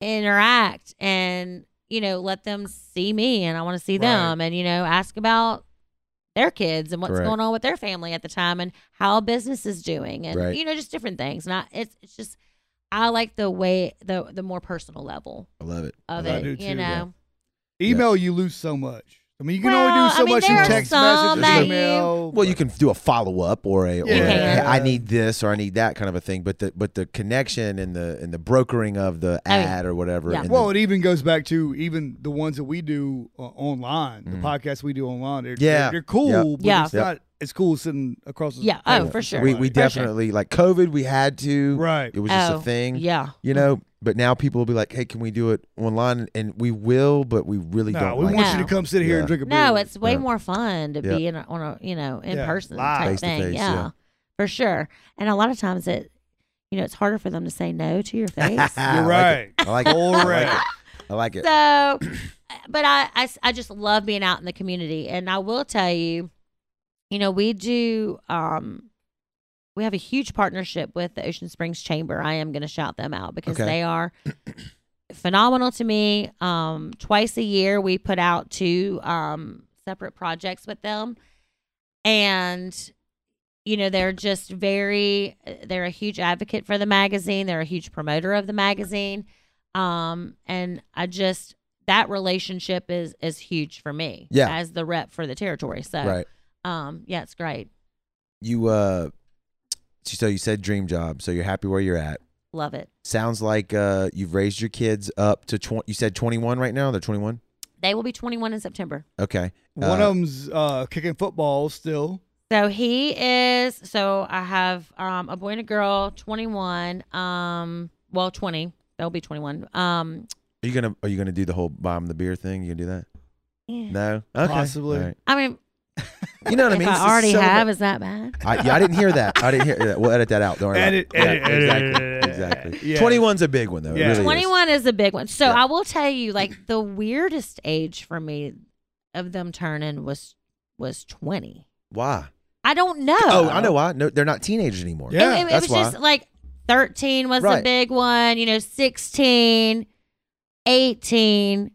Speaker 3: interact and, you know, let them see me and I want to see
Speaker 2: Right.
Speaker 3: them and, you know, ask about their kids and what's
Speaker 1: Correct.
Speaker 3: going on with their family at the time and how business is doing and
Speaker 1: Right.
Speaker 3: you know just different things not it's, it's just i like the way the the more personal level
Speaker 1: I love it.
Speaker 3: of
Speaker 1: I love
Speaker 3: it
Speaker 2: do
Speaker 3: you
Speaker 2: too,
Speaker 3: know
Speaker 2: yeah. Email, you lose so much. I mean, you can
Speaker 3: Well,
Speaker 2: only do so
Speaker 3: I mean,
Speaker 2: much
Speaker 3: there
Speaker 2: in
Speaker 1: are
Speaker 2: text
Speaker 3: some
Speaker 1: that
Speaker 2: messages, email.
Speaker 1: Well, you can do a follow up or a, or a,
Speaker 3: Yeah.
Speaker 1: "Hey, I need this or I need that kind of a thing, but the but the connection and the and the brokering of the
Speaker 3: Oh, yeah.
Speaker 1: ad or whatever.
Speaker 3: Yeah.
Speaker 1: and
Speaker 2: Well,
Speaker 1: the-
Speaker 2: it even goes back to even the ones that we do uh, online, the
Speaker 1: Mhm.
Speaker 2: podcasts we do online. They're,
Speaker 1: Yeah.
Speaker 2: they're, they're cool,
Speaker 1: Yep.
Speaker 2: but
Speaker 3: Yeah.
Speaker 2: it's
Speaker 1: Yep.
Speaker 2: not as cool as sitting across. the
Speaker 3: Yeah. Oh,
Speaker 2: table
Speaker 3: for
Speaker 2: from
Speaker 3: sure.
Speaker 1: we we
Speaker 2: somebody.
Speaker 3: For sure.
Speaker 1: definitely like COVID. We had to.
Speaker 2: right.
Speaker 1: It was just
Speaker 3: Oh,
Speaker 1: a thing.
Speaker 3: yeah
Speaker 1: You know, but now people will be like, "Hey, can we do it online?" And we will, but we really
Speaker 2: No,
Speaker 1: don't.
Speaker 2: we
Speaker 1: like
Speaker 2: want
Speaker 1: it.
Speaker 2: you
Speaker 3: No.
Speaker 2: to come sit here
Speaker 1: Yeah.
Speaker 2: and drink a beer.
Speaker 3: No, it's way
Speaker 1: Yeah.
Speaker 3: more fun to
Speaker 1: Yeah.
Speaker 3: be in a, on a you know in
Speaker 2: Yeah,
Speaker 3: person
Speaker 2: live.
Speaker 3: type
Speaker 1: Face to
Speaker 3: thing.
Speaker 1: face,
Speaker 3: yeah,
Speaker 1: yeah.
Speaker 3: for sure. And a lot of times it, you know, it's harder for them to say no to your face. so,
Speaker 1: I
Speaker 2: You're
Speaker 1: like
Speaker 2: right.
Speaker 1: it. Uh, I like it. I like
Speaker 2: Correct.
Speaker 1: it. I like it.
Speaker 3: but I, I s- I just love being out in the community, and I will tell you, you know, we do um, we have a huge partnership with the Ocean Springs Chamber. I am going to shout them out because
Speaker 1: Okay.
Speaker 3: they are. phenomenal to me. Um, twice a year, we put out two um, separate projects with them, and you know they're just very. They're a huge advocate for the magazine. They're a huge promoter of the magazine, um, and I just that relationship is is huge for me.
Speaker 1: Yeah.
Speaker 3: as the rep for the territory. So,
Speaker 1: Right.
Speaker 3: um, yeah, it's great.
Speaker 1: You uh, so you said dream job. So you're happy where you're at.
Speaker 3: Love it.
Speaker 1: Sounds like uh, you've raised your kids up to twenty. You said twenty one right now. They're twenty one.
Speaker 3: They will be 21 in September.
Speaker 1: Okay.
Speaker 2: One
Speaker 1: Uh,
Speaker 2: of them's uh, kicking football still.
Speaker 3: So he is. So I have um, a boy and a girl, 21. Um, well, 20. They'll be 21. Um,
Speaker 1: Are you gonna Are you gonna do the whole bomb the beer thing? You gonna do that?
Speaker 3: yeah.
Speaker 1: No. Okay.
Speaker 2: Possibly.
Speaker 1: All right.
Speaker 3: I mean,
Speaker 1: You know what I
Speaker 3: if
Speaker 1: mean? It's
Speaker 3: I
Speaker 1: just
Speaker 3: already
Speaker 1: so
Speaker 3: have,
Speaker 1: much-
Speaker 3: is that bad?
Speaker 1: I, yeah, I didn't hear that. I didn't hear that. We'll edit that out. Don't worry. about
Speaker 2: Edit,
Speaker 1: it. Yeah,
Speaker 2: edit, edit,
Speaker 1: exactly.
Speaker 2: edit,
Speaker 1: Exactly.
Speaker 2: yeah.
Speaker 1: 21's a big one though. It
Speaker 2: Yeah.
Speaker 1: really is.
Speaker 3: 21 is a big one. So
Speaker 1: Yeah.
Speaker 3: I will tell you, like the weirdest age for me of them turning was was 20.
Speaker 1: Why?
Speaker 3: I don't know.
Speaker 1: Oh, I know why. No, they're not teenagers anymore.
Speaker 2: Yeah.
Speaker 3: it, it, it
Speaker 1: that's
Speaker 3: was just like 13 was
Speaker 1: Right.
Speaker 3: the big one, you know, 16, 18.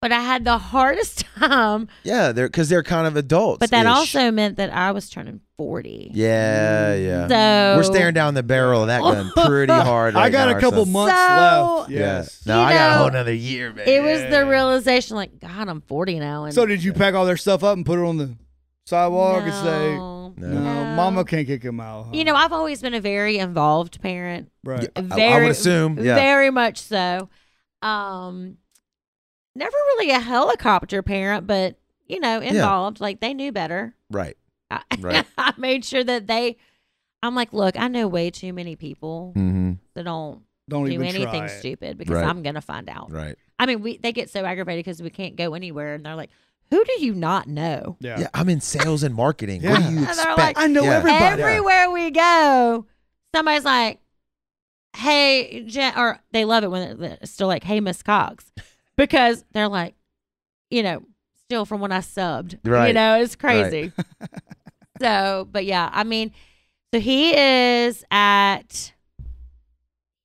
Speaker 3: But I had the hardest time.
Speaker 1: Yeah, they're because they're kind of adults.
Speaker 3: But that also meant that I was turning 40.
Speaker 1: Yeah, yeah.
Speaker 3: So
Speaker 1: We're staring down the barrel of that gun pretty hard.
Speaker 2: I
Speaker 1: right
Speaker 2: got
Speaker 1: now,
Speaker 2: a couple
Speaker 1: so-
Speaker 2: months
Speaker 3: So-
Speaker 2: left.
Speaker 1: Yeah.
Speaker 2: Yes.
Speaker 1: No,
Speaker 3: You
Speaker 1: I got a
Speaker 3: know,
Speaker 1: whole nother year, man.
Speaker 3: It was
Speaker 2: Yeah.
Speaker 3: the realization, like, God, I'm 40 now. And
Speaker 2: So did you pack all their stuff up and put it on the sidewalk and say, "No,
Speaker 3: No.
Speaker 1: No.
Speaker 2: Mama can't kick him out." huh?"
Speaker 3: You know, I've always been a very involved parent.
Speaker 2: right?
Speaker 1: I- I would
Speaker 3: Very,
Speaker 1: assume, yeah.
Speaker 3: Very much so. Um, never really a helicopter parent, but, you know, involved. Like, they knew better.
Speaker 1: right.
Speaker 3: I,
Speaker 1: Right.
Speaker 3: I made sure that they, I'm like, look, I know way too many people
Speaker 1: Mm-hmm.
Speaker 3: that don't
Speaker 2: Don't
Speaker 3: do
Speaker 2: even
Speaker 3: anything
Speaker 2: try. it.
Speaker 3: stupid because
Speaker 1: Right.
Speaker 3: I'm going to find out.
Speaker 1: Right.
Speaker 3: I mean, we they get so aggravated because we can't go anywhere, and they're like, "Who do you not know?"
Speaker 2: Yeah.
Speaker 1: Yeah. I'm in sales and marketing. What
Speaker 2: Yeah.
Speaker 1: do you
Speaker 3: And they're
Speaker 1: expect?
Speaker 3: like,
Speaker 2: I know
Speaker 1: Yeah.
Speaker 2: everybody.
Speaker 3: Everywhere we go, somebody's like, "Hey, Jen," or they love it when they're they're still like, "Hey, Miss Cox," because they're like, you know, still from when I subbed. You
Speaker 1: Right.
Speaker 3: know, it's
Speaker 1: Right.
Speaker 3: crazy. so, but yeah, I mean, so he is at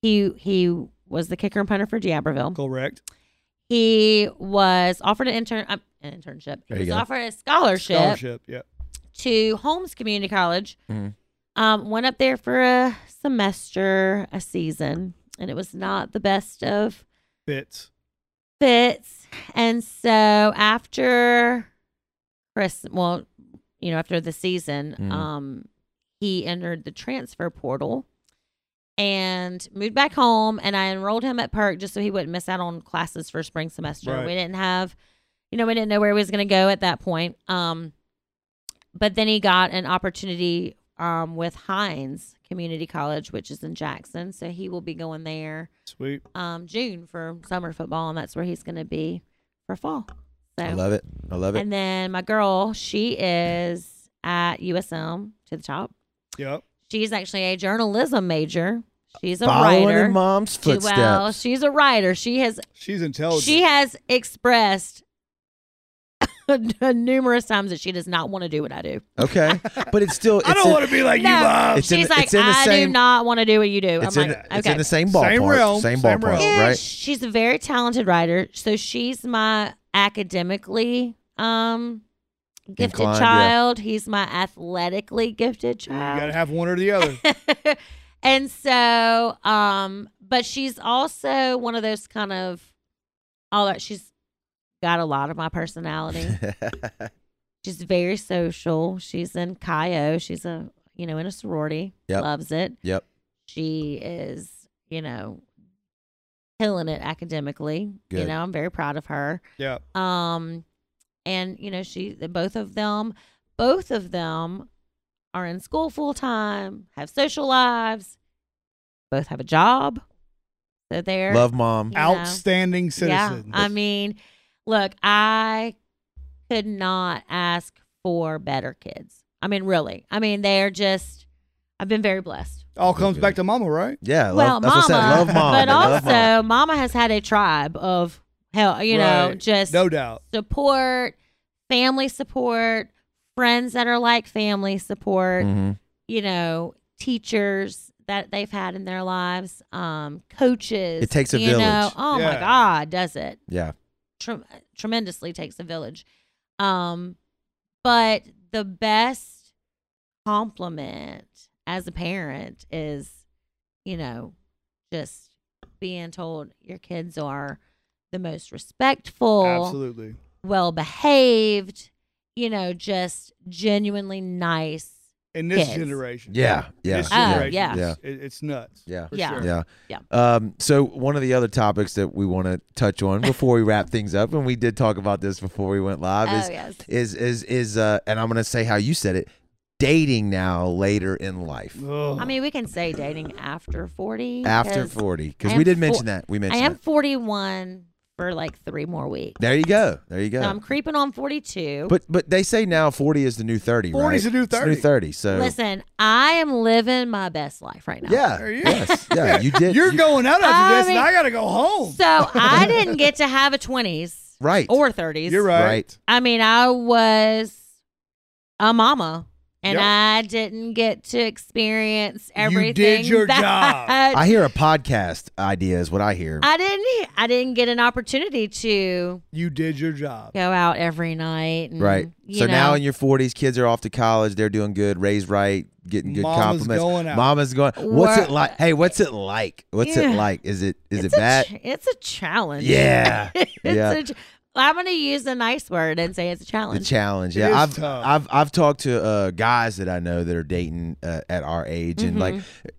Speaker 3: he he was the kicker and punter for Jabberville.
Speaker 2: Correct.
Speaker 3: He was offered an intern uh, an internship. He
Speaker 1: There you
Speaker 3: was
Speaker 1: go.
Speaker 3: offered a scholarship,
Speaker 2: Scholarship. Yeah.
Speaker 3: to Holmes Community College.
Speaker 1: Mhm.
Speaker 3: Um, went up there for a semester, a season, and it was not the best of
Speaker 2: Fits.
Speaker 3: fits. And so after Chris, well, you know, after the season,
Speaker 1: Mhm.
Speaker 3: um, he entered the transfer portal and moved back home. And I enrolled him at Perk just so he wouldn't miss out on classes for spring semester.
Speaker 2: Right.
Speaker 3: We didn't have, you know, we didn't know where he was going to go at that point. Um, but then he got an opportunity um, with Hines Community College, which is in Jackson. So he will be going there
Speaker 2: Sweet.
Speaker 3: um, June for summer football, and that's where he's going to be for fall. So,
Speaker 1: I love it. I love it.
Speaker 3: and then my girl, she is at USM to the top.
Speaker 2: Yep.
Speaker 3: She's actually a journalism major. She's a
Speaker 1: Following
Speaker 3: writer.
Speaker 1: in mom's
Speaker 3: She-
Speaker 1: footsteps. Oh,
Speaker 3: well, she's a writer. She has
Speaker 2: She's intelligent.
Speaker 3: she has expressed numerous times that she does not want to do what I do.
Speaker 1: okay, but it's still. It's
Speaker 2: I don't
Speaker 1: in-
Speaker 2: want to be like you,
Speaker 3: No.
Speaker 2: Bob.
Speaker 1: It's in
Speaker 3: She's
Speaker 1: the-
Speaker 3: like,
Speaker 1: it's in the
Speaker 3: I
Speaker 1: same-
Speaker 3: do not want to do what you do.
Speaker 1: It's
Speaker 3: I'm
Speaker 1: in.
Speaker 3: like,
Speaker 1: It's
Speaker 3: okay.
Speaker 1: in the same ballpark.
Speaker 2: Same realm,
Speaker 1: Same
Speaker 2: same
Speaker 1: ballpark.
Speaker 2: realm.
Speaker 3: Yeah,
Speaker 1: Right.
Speaker 3: She's a very talented writer. So she's my academically um gifted
Speaker 1: Inclined, yeah.
Speaker 3: child. He's my athletically gifted
Speaker 2: you gotta
Speaker 3: child.
Speaker 2: have one or the other.
Speaker 3: and so um but she's also one of those kind of all that she's got a lot of my personality. she's very social. She's in Cayo. She's a you know in a sorority.
Speaker 1: Yep.
Speaker 3: Loves it.
Speaker 1: Yep.
Speaker 3: She is you know killing it academically. You
Speaker 1: Good.
Speaker 3: know I'm very proud of her.
Speaker 2: yeah.
Speaker 3: Um, and you know she both of them both of them are in school full time, have social lives, both have a job. So they're
Speaker 1: Love mom.
Speaker 3: Yeah.
Speaker 2: Outstanding citizen.
Speaker 3: yeah, I mean, look, I could not ask for better kids. I mean, really. I mean, they're just. I've been very blessed.
Speaker 2: all comes back to mama, right?
Speaker 1: Yeah.
Speaker 3: well,
Speaker 1: love, that's
Speaker 3: mama,
Speaker 1: what I said. Love mom.
Speaker 3: but
Speaker 1: I love
Speaker 3: also,
Speaker 1: mom.
Speaker 3: mama. has had a tribe of hell. You know,
Speaker 2: Right.
Speaker 3: just
Speaker 2: No doubt.
Speaker 3: support, family support, friends that are like family support.
Speaker 1: Mhm.
Speaker 3: You know, teachers that they've had in their lives, um, coaches.
Speaker 1: It takes a
Speaker 3: you Know,
Speaker 1: village.
Speaker 3: oh my
Speaker 2: Yeah.
Speaker 3: God, does it?
Speaker 1: Yeah.
Speaker 3: tre- tremendously takes a village. Um, but the best compliment as a parent is, you know, just being told your kids are the most respectful,
Speaker 2: Absolutely.
Speaker 3: well behaved, you know, just genuinely nice.
Speaker 2: In this
Speaker 3: Kids.
Speaker 2: generation.
Speaker 1: Yeah. Yeah.
Speaker 2: This
Speaker 3: Oh,
Speaker 2: generation.
Speaker 3: yeah.
Speaker 1: Yeah.
Speaker 2: It, it's nuts.
Speaker 1: Yeah.
Speaker 2: For
Speaker 3: Yeah.
Speaker 2: Sure.
Speaker 1: Yeah.
Speaker 3: Yeah.
Speaker 1: Um, so one of the other topics that we want to touch on before we wrap things up, and we did talk about this before we went live,
Speaker 3: oh
Speaker 1: is
Speaker 3: yes.
Speaker 1: is is is uh, and I'm gonna say how you said it, dating now later in life
Speaker 2: Ugh.
Speaker 3: I mean, we can say dating after 40.
Speaker 1: Oh. after
Speaker 3: 'cause
Speaker 1: 40,
Speaker 3: I
Speaker 1: because
Speaker 3: am
Speaker 1: we did
Speaker 3: four-
Speaker 1: mention that we
Speaker 3: I
Speaker 1: mentioned
Speaker 3: am
Speaker 1: that.
Speaker 3: 41 for like three more weeks.
Speaker 1: There you go. There you go.
Speaker 3: So I'm creeping on 42.
Speaker 1: but but they say now 40 is the new 30,
Speaker 2: 40 is
Speaker 1: right?
Speaker 2: the new
Speaker 1: It's
Speaker 2: 30.
Speaker 1: 30. So
Speaker 3: Listen, I am living my best life right now.
Speaker 1: uh, yeah.
Speaker 2: There you go.
Speaker 1: Yes. Yeah, you did.
Speaker 2: You're
Speaker 1: you-
Speaker 2: going out after
Speaker 3: I
Speaker 2: this, and
Speaker 3: mean-
Speaker 2: I gotta go home.
Speaker 3: So I didn't get to have a 20s
Speaker 1: right.
Speaker 3: or 30s.
Speaker 2: You're right.
Speaker 1: Right.
Speaker 3: I mean, I was a mama. And
Speaker 2: Yep.
Speaker 3: I didn't get to experience
Speaker 2: You did
Speaker 3: everything.
Speaker 2: your
Speaker 3: that
Speaker 2: job.
Speaker 1: I hear a podcast idea is what I hear.
Speaker 3: I didn't. I didn't get an opportunity to
Speaker 2: You did your job.
Speaker 3: go out every night. And,
Speaker 1: right.
Speaker 3: You
Speaker 1: So
Speaker 3: know,
Speaker 1: now in your 40s, kids are off to college. They're doing good, raised right, getting good
Speaker 2: Mama's
Speaker 1: compliments.
Speaker 2: going out.
Speaker 1: Mama's going. What's
Speaker 3: We're-
Speaker 1: it like? Hey, what's it like? What's
Speaker 3: Yeah.
Speaker 1: it like? Is it is
Speaker 3: it's
Speaker 1: it
Speaker 3: a
Speaker 1: bad?
Speaker 3: ch- it's a challenge.
Speaker 1: yeah.
Speaker 3: it's
Speaker 1: Yeah.
Speaker 3: a ch- I'm going to use a nice word and say it's a
Speaker 1: The
Speaker 3: challenge.
Speaker 1: challenge.
Speaker 2: It
Speaker 1: Yeah.
Speaker 2: is
Speaker 1: I've
Speaker 2: tough.
Speaker 1: I've I've talked to uh, guys that I know that are dating uh, at our age and like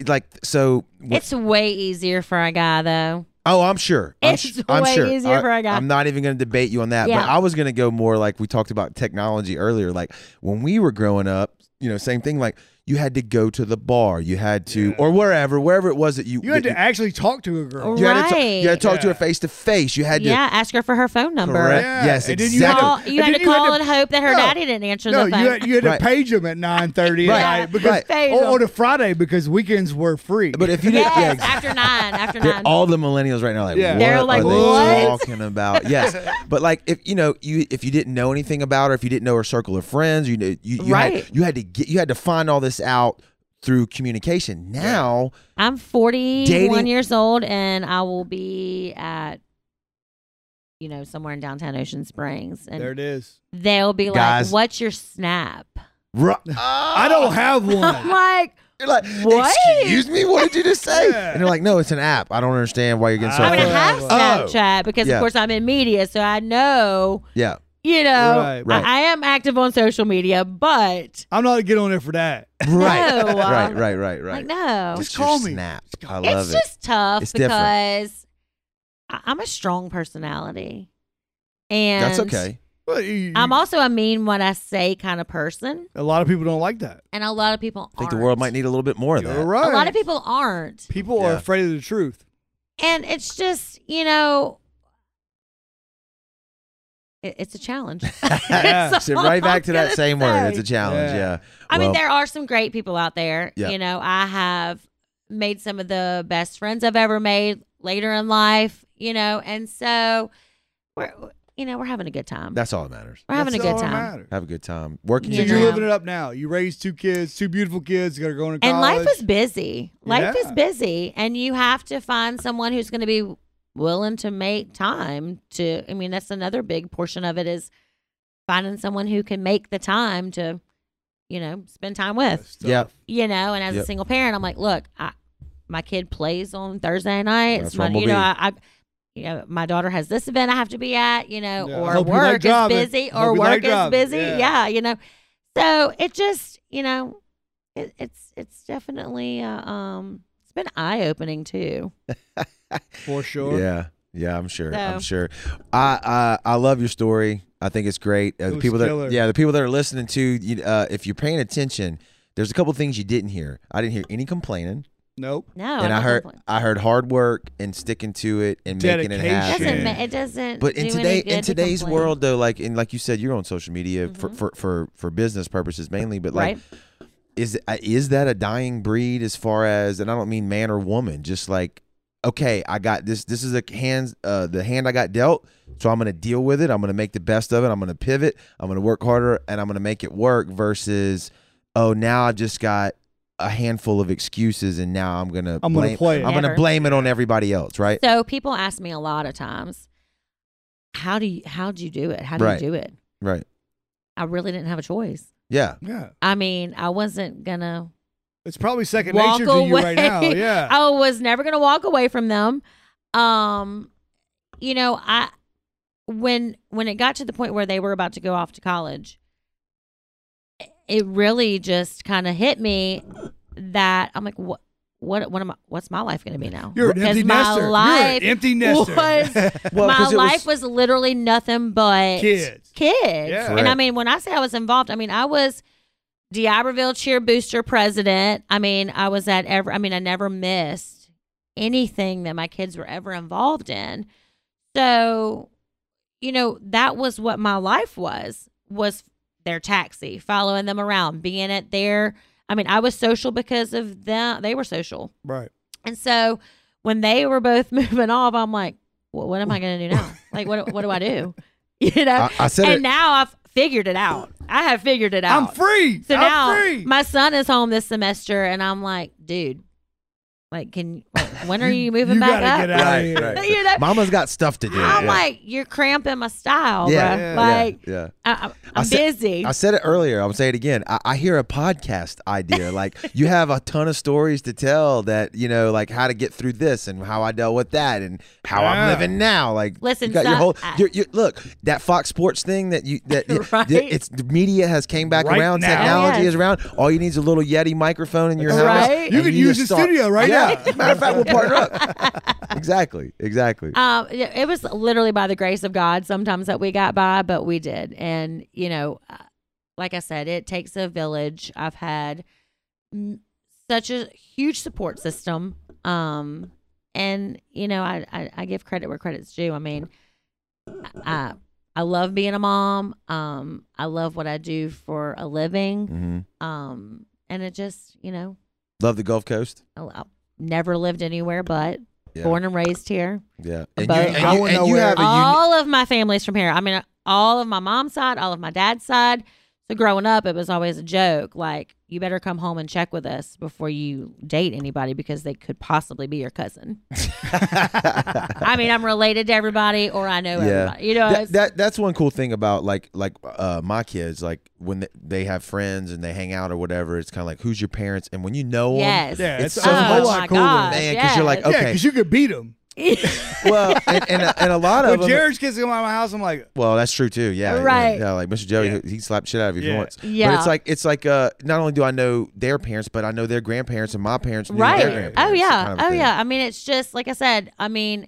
Speaker 1: like so
Speaker 3: Mm-hmm. it's way easier for a guy though.
Speaker 1: Oh, I'm sure. I'm,
Speaker 3: It's
Speaker 1: su- I'm
Speaker 3: way
Speaker 1: sure.
Speaker 3: easier for a guy.
Speaker 1: I'm not even going to debate you on that. But
Speaker 3: Yeah.
Speaker 1: I was going to go more like we talked about technology earlier. Like when we were growing up, you know, same thing. Like you had to go to the bar, you had to,
Speaker 2: Yeah.
Speaker 1: or wherever, wherever it was that you
Speaker 2: You had
Speaker 1: that
Speaker 2: to actually talk to a
Speaker 3: Oh,
Speaker 2: girl.
Speaker 1: you had to, ta-
Speaker 3: Right.
Speaker 1: you had to talk to her
Speaker 2: Yeah.
Speaker 1: face to face. You had to.
Speaker 3: Yeah, ask her for her phone number.
Speaker 1: Correct.
Speaker 2: Yeah.
Speaker 1: Yes,
Speaker 2: And then you had to-
Speaker 3: Call,
Speaker 1: exactly.
Speaker 3: you had
Speaker 2: And
Speaker 3: to
Speaker 2: then you had
Speaker 3: call
Speaker 2: to-
Speaker 3: and hope that her
Speaker 2: No.
Speaker 3: daddy didn't answer
Speaker 2: No,
Speaker 3: the
Speaker 2: you
Speaker 3: phone.
Speaker 2: had, you had
Speaker 1: Right.
Speaker 2: to page them at nine thirty
Speaker 1: Right.
Speaker 2: at night because
Speaker 1: Right.
Speaker 3: Page
Speaker 2: or
Speaker 3: 'em.
Speaker 2: on a Friday because weekends were free.
Speaker 1: But if you didn't,
Speaker 3: yes,
Speaker 1: yeah, exactly.
Speaker 3: after nine, after
Speaker 1: They're-
Speaker 3: nine.
Speaker 1: all the millennials right now, are like,
Speaker 2: Yeah.
Speaker 1: what
Speaker 3: They're like,
Speaker 1: are they
Speaker 3: "What?"
Speaker 1: talking about? Yes, but like, if you know, you if you didn't know anything about her, if you didn't know her circle of friends, you know, you, you
Speaker 3: Right.
Speaker 1: had you had to get you had to find all this out through communication. Now,
Speaker 3: I'm 41
Speaker 1: Dating-
Speaker 3: years old, and I will be at, you know, somewhere in downtown Ocean Springs, and
Speaker 2: there it is.
Speaker 3: they'll be
Speaker 1: Guys.
Speaker 3: like, "What's your snap?"
Speaker 1: ru-
Speaker 2: Oh. I don't have
Speaker 3: I'm
Speaker 2: one.
Speaker 3: like,
Speaker 1: you're like,
Speaker 3: What?
Speaker 1: excuse me, what did you just say?
Speaker 2: Yeah.
Speaker 1: And they're like, no, it's an app. I don't understand why you're getting so.
Speaker 2: I
Speaker 3: I mean, I
Speaker 1: upset."
Speaker 3: have
Speaker 2: Oh.
Speaker 3: Snapchat because,
Speaker 1: Yeah.
Speaker 3: of course, I'm in media, so I know,
Speaker 1: yeah,
Speaker 3: you know,
Speaker 2: Right,
Speaker 1: right.
Speaker 3: I, I am active on social media, but
Speaker 2: I'm not getting on there for that.
Speaker 1: right,
Speaker 3: no,
Speaker 1: right, right, right, right.
Speaker 3: like no,
Speaker 1: Just
Speaker 2: Just call
Speaker 1: your
Speaker 2: me.
Speaker 1: Snap. I love
Speaker 3: it's
Speaker 1: it.
Speaker 3: just tough
Speaker 1: It's different.
Speaker 3: because I, I'm a strong personality, and
Speaker 1: That's okay.
Speaker 2: But you-
Speaker 3: I'm also a mean when I say kind of person,
Speaker 2: a lot of people don't like that.
Speaker 3: and a lot of people
Speaker 1: I think the
Speaker 3: aren't.
Speaker 1: world might need a little bit more of
Speaker 2: You're
Speaker 1: that.
Speaker 2: right.
Speaker 3: A lot of people aren't,
Speaker 2: people are
Speaker 1: Yeah.
Speaker 2: afraid of the truth.
Speaker 3: and it's just you know, it, it's a challenge.
Speaker 1: Yeah.
Speaker 3: That's
Speaker 1: So
Speaker 3: all
Speaker 1: right back
Speaker 3: I'm
Speaker 1: to that
Speaker 3: gonna
Speaker 1: same
Speaker 3: say.
Speaker 1: word. It's a challenge.
Speaker 2: Yeah.
Speaker 1: Yeah.
Speaker 3: I
Speaker 1: Well,
Speaker 3: mean, there are some great people out there.
Speaker 1: Yeah.
Speaker 3: You know, I have made some of the best friends I've ever made later in life. You know, and so we're you know we're having a good time.
Speaker 1: That's all that matters.
Speaker 3: we're having
Speaker 2: That's
Speaker 3: a
Speaker 2: all
Speaker 3: good
Speaker 2: that
Speaker 3: time.
Speaker 2: matters.
Speaker 1: Have a good time. Working
Speaker 2: So
Speaker 1: your
Speaker 3: You
Speaker 2: you're
Speaker 3: know.
Speaker 1: dream.
Speaker 2: living it up now. You raised two kids, two beautiful kids that are going to
Speaker 3: And
Speaker 2: college.
Speaker 3: life is busy. Life is
Speaker 2: Yeah.
Speaker 3: busy, and you have to find someone who's going to be willing to make time to. I mean, that's another big portion of it is finding someone who can make the time to, you know, spend time with.
Speaker 2: Stuff.
Speaker 1: Yeah.
Speaker 3: You know, and as
Speaker 1: Yep.
Speaker 3: a single parent, I'm like, look, I, my kid plays on Thursday nights.
Speaker 1: That's
Speaker 3: my,
Speaker 1: what
Speaker 3: you
Speaker 1: I'ma
Speaker 3: know, I. I you know, my daughter has this event I have to be at, you know,
Speaker 2: Yeah.
Speaker 3: or
Speaker 2: Hope you like
Speaker 3: work is
Speaker 2: driving.
Speaker 3: busy,
Speaker 2: Hope
Speaker 3: or
Speaker 2: you
Speaker 3: work
Speaker 2: like
Speaker 3: is
Speaker 2: driving.
Speaker 3: busy.
Speaker 2: Yeah.
Speaker 3: Yeah. you know. So it just, you know, it, it's it's definitely uh, um it's been eye opening too.
Speaker 2: for sure.
Speaker 1: Yeah. Yeah, I'm sure. I'm
Speaker 3: So.
Speaker 1: sure. I, I I love your story. I think it's great. Uh,
Speaker 2: It
Speaker 1: the
Speaker 2: was
Speaker 1: people that
Speaker 2: killer.
Speaker 1: yeah, the people that are listening to you, uh, if you're paying attention, there's a couple things you didn't hear. I didn't hear any complaining,
Speaker 2: Nope.
Speaker 3: Oh, No,
Speaker 1: and
Speaker 3: I'm
Speaker 1: I
Speaker 3: not
Speaker 1: heard
Speaker 3: complaining.
Speaker 1: I heard hard work and sticking to it and making it
Speaker 2: Dedication.
Speaker 3: it
Speaker 1: happen.
Speaker 3: doesn't ma- it doesn't.
Speaker 1: but in
Speaker 3: do any
Speaker 1: today
Speaker 3: good
Speaker 1: in
Speaker 3: to
Speaker 1: today's
Speaker 3: complain,
Speaker 1: world though, like and like you said, you're on social media for,
Speaker 3: Mhm.
Speaker 1: for for for business purposes mainly, but like
Speaker 3: right?
Speaker 1: is uh, is that a dying breed as far as and I don't mean man or woman, just like okay, I got this this is a hands uh the hand I got dealt, so I'm going to deal with it, I'm going to make the best of it, I'm going to pivot, I'm going to work harder and I'm going to make it work versus oh, now I've just got a handful of excuses and now I'm going to
Speaker 2: I'm gonna
Speaker 1: blame
Speaker 2: play it.
Speaker 1: I'm going to
Speaker 3: Never.
Speaker 1: blame it on everybody else, right?
Speaker 3: So people ask me a lot of times, how do you how do you do it? How do
Speaker 1: Right.
Speaker 3: you do it?
Speaker 1: Right.
Speaker 3: I really didn't have a choice.
Speaker 1: Yeah.
Speaker 2: Yeah.
Speaker 3: I mean, I wasn't gonna
Speaker 2: It's probably second
Speaker 3: Walk
Speaker 2: nature to you right now.
Speaker 3: away.
Speaker 2: Yeah.
Speaker 3: I was never going to walk away from them. Um, you know, I when when it got to the point where they were about to go off to college, it really just kind of hit me that I'm like, what, what, what am I? What's my life going to be now?
Speaker 2: You're an
Speaker 3: Because
Speaker 2: empty
Speaker 3: my
Speaker 2: nester.
Speaker 3: life
Speaker 2: You're an empty nester.
Speaker 3: was-
Speaker 1: Well,
Speaker 3: my
Speaker 1: 'cause it was-
Speaker 3: life was, literally nothing but
Speaker 2: Kids.
Speaker 3: kids.
Speaker 2: Yeah.
Speaker 3: And I
Speaker 1: Correct.
Speaker 3: mean, when I say I was involved, I mean I was D'Iberville cheer booster president. I mean, I was at every. I mean, I never missed anything that my kids were ever involved in. So, you know, that was what my life was was their taxi, following them around, being at their I mean, I was social because of them. They were social.
Speaker 2: Right.
Speaker 3: And so when they were both moving off, I'm like, well, what am I going to do now? Like, what, what do I do? You know?
Speaker 1: I, I said
Speaker 3: and
Speaker 1: it.
Speaker 3: now I've figured it out. I have figured it out.
Speaker 2: I'm free.
Speaker 3: So
Speaker 2: I'm
Speaker 3: now
Speaker 2: free.
Speaker 3: my son is home this semester, and I'm like, dude, like, can when are you moving
Speaker 2: you
Speaker 3: back
Speaker 2: gotta
Speaker 3: up?
Speaker 2: get out of
Speaker 1: Right,
Speaker 2: here.
Speaker 1: right. out.
Speaker 3: you know,
Speaker 1: Mama's got stuff to do.
Speaker 3: I'm
Speaker 1: yeah.
Speaker 3: like, you're cramping my style,
Speaker 1: Yeah,
Speaker 3: bro.
Speaker 2: yeah,
Speaker 3: like,
Speaker 1: yeah, yeah.
Speaker 3: I, I'm,
Speaker 1: I
Speaker 3: I'm
Speaker 1: said-
Speaker 3: busy.
Speaker 1: I said it earlier. I'm saying it again. I, I hear a podcast idea. Like you have a ton of stories to tell that you know, like how to get through this and how I dealt with that and how I'm
Speaker 2: Yeah.
Speaker 1: living now. Like
Speaker 3: Listen,
Speaker 1: you got your
Speaker 3: some-
Speaker 1: whole.
Speaker 3: I-
Speaker 1: your- your- look, that Fox Sports thing that you that
Speaker 3: Right.
Speaker 1: that it's the media has came back
Speaker 2: Right
Speaker 1: around.
Speaker 2: now.
Speaker 1: Technology
Speaker 3: Yes.
Speaker 1: is around. All you need is a little Yeti microphone in your house.
Speaker 3: Right.
Speaker 1: and
Speaker 2: You could use the
Speaker 1: just start-
Speaker 2: studio right
Speaker 1: Yeah.
Speaker 2: now.
Speaker 1: Matter of fact, we'll partner up. exactly. Exactly.
Speaker 3: Um, it it was literally by the grace of God sometimes that we got by, but we did. And, you know, uh, like I said, it takes a village. I've had mm, such a huge support system. Um, and, you know, I, I, I give credit where credit's due. I mean, I, I love being a mom. Um, I love what I do for a living.
Speaker 1: hmm
Speaker 3: Um, and it just, you know,
Speaker 1: Love the Gulf Coast.
Speaker 3: I, I've never lived anywhere but
Speaker 1: Yeah.
Speaker 3: born and raised here.
Speaker 1: Yeah. And
Speaker 3: A
Speaker 1: you,
Speaker 3: boat.
Speaker 1: and you-
Speaker 2: Going
Speaker 1: and you
Speaker 2: nowhere.
Speaker 1: have a uni-
Speaker 3: all of my family's from here. I mean, all of my mom's side, all of my dad's side. So growing up, it was always a joke. Like, you better come home and check with us before you date anybody because they could possibly be your cousin. I mean, I'm related to everybody, or I know
Speaker 1: Yeah.
Speaker 3: everybody. You know,
Speaker 1: that,
Speaker 3: it's-
Speaker 1: that that's one cool thing about like like uh, my kids like when they, they have friends and they hang out or whatever it's kind of like who's your parents and when you know
Speaker 3: yes.
Speaker 2: Yeah, it's
Speaker 1: It's
Speaker 2: a
Speaker 1: so
Speaker 2: whole
Speaker 1: much
Speaker 2: lot
Speaker 3: Oh my
Speaker 2: cooler,
Speaker 3: gosh,
Speaker 1: man, 'cause you're like, oh,
Speaker 3: yes.
Speaker 2: Yeah,
Speaker 1: Okay.
Speaker 2: because you could beat them.
Speaker 1: them well and, and, a- and a lot of
Speaker 2: When
Speaker 1: them
Speaker 2: Jared's kids come out of my house, I'm like,
Speaker 1: well that's true too yeah yeah,
Speaker 3: Right.
Speaker 1: yeah, like Mr Joey he, he slapped shit out of you if
Speaker 2: Yeah.
Speaker 1: he wants but
Speaker 3: Yeah.
Speaker 1: it's like it's like uh not only do I know their parents but I know their grandparents and my parents knew their
Speaker 3: right.
Speaker 1: grandparents,
Speaker 3: Oh
Speaker 1: that
Speaker 3: yeah.
Speaker 1: kind of
Speaker 3: oh
Speaker 1: thing.
Speaker 3: yeah. I mean, it's just like I said. I mean,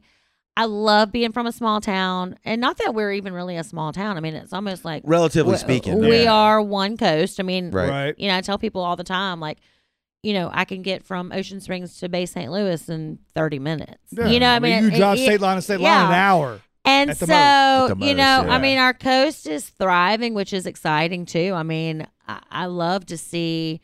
Speaker 3: I love being from a small town, and not that we're even really a small town. I mean, it's almost like
Speaker 1: relatively
Speaker 3: we- uh,
Speaker 1: speaking
Speaker 3: we
Speaker 1: yeah.
Speaker 3: are one coast. I mean,
Speaker 1: Right.
Speaker 2: right.
Speaker 3: you know, I tell people all the time, like, you know, I can get from Ocean Springs to Bay St. Louis in 30 minutes.
Speaker 2: Yeah,
Speaker 3: You know, I mean,
Speaker 2: you
Speaker 3: it-
Speaker 2: drive
Speaker 3: it-
Speaker 2: state line to state line an
Speaker 3: yeah.
Speaker 2: hour.
Speaker 3: and
Speaker 2: at
Speaker 3: so,
Speaker 2: the most. At
Speaker 1: the
Speaker 3: you
Speaker 1: most,
Speaker 3: know,
Speaker 1: yeah.
Speaker 3: I mean, our coast is thriving, which is exciting too. I mean, I, I love to see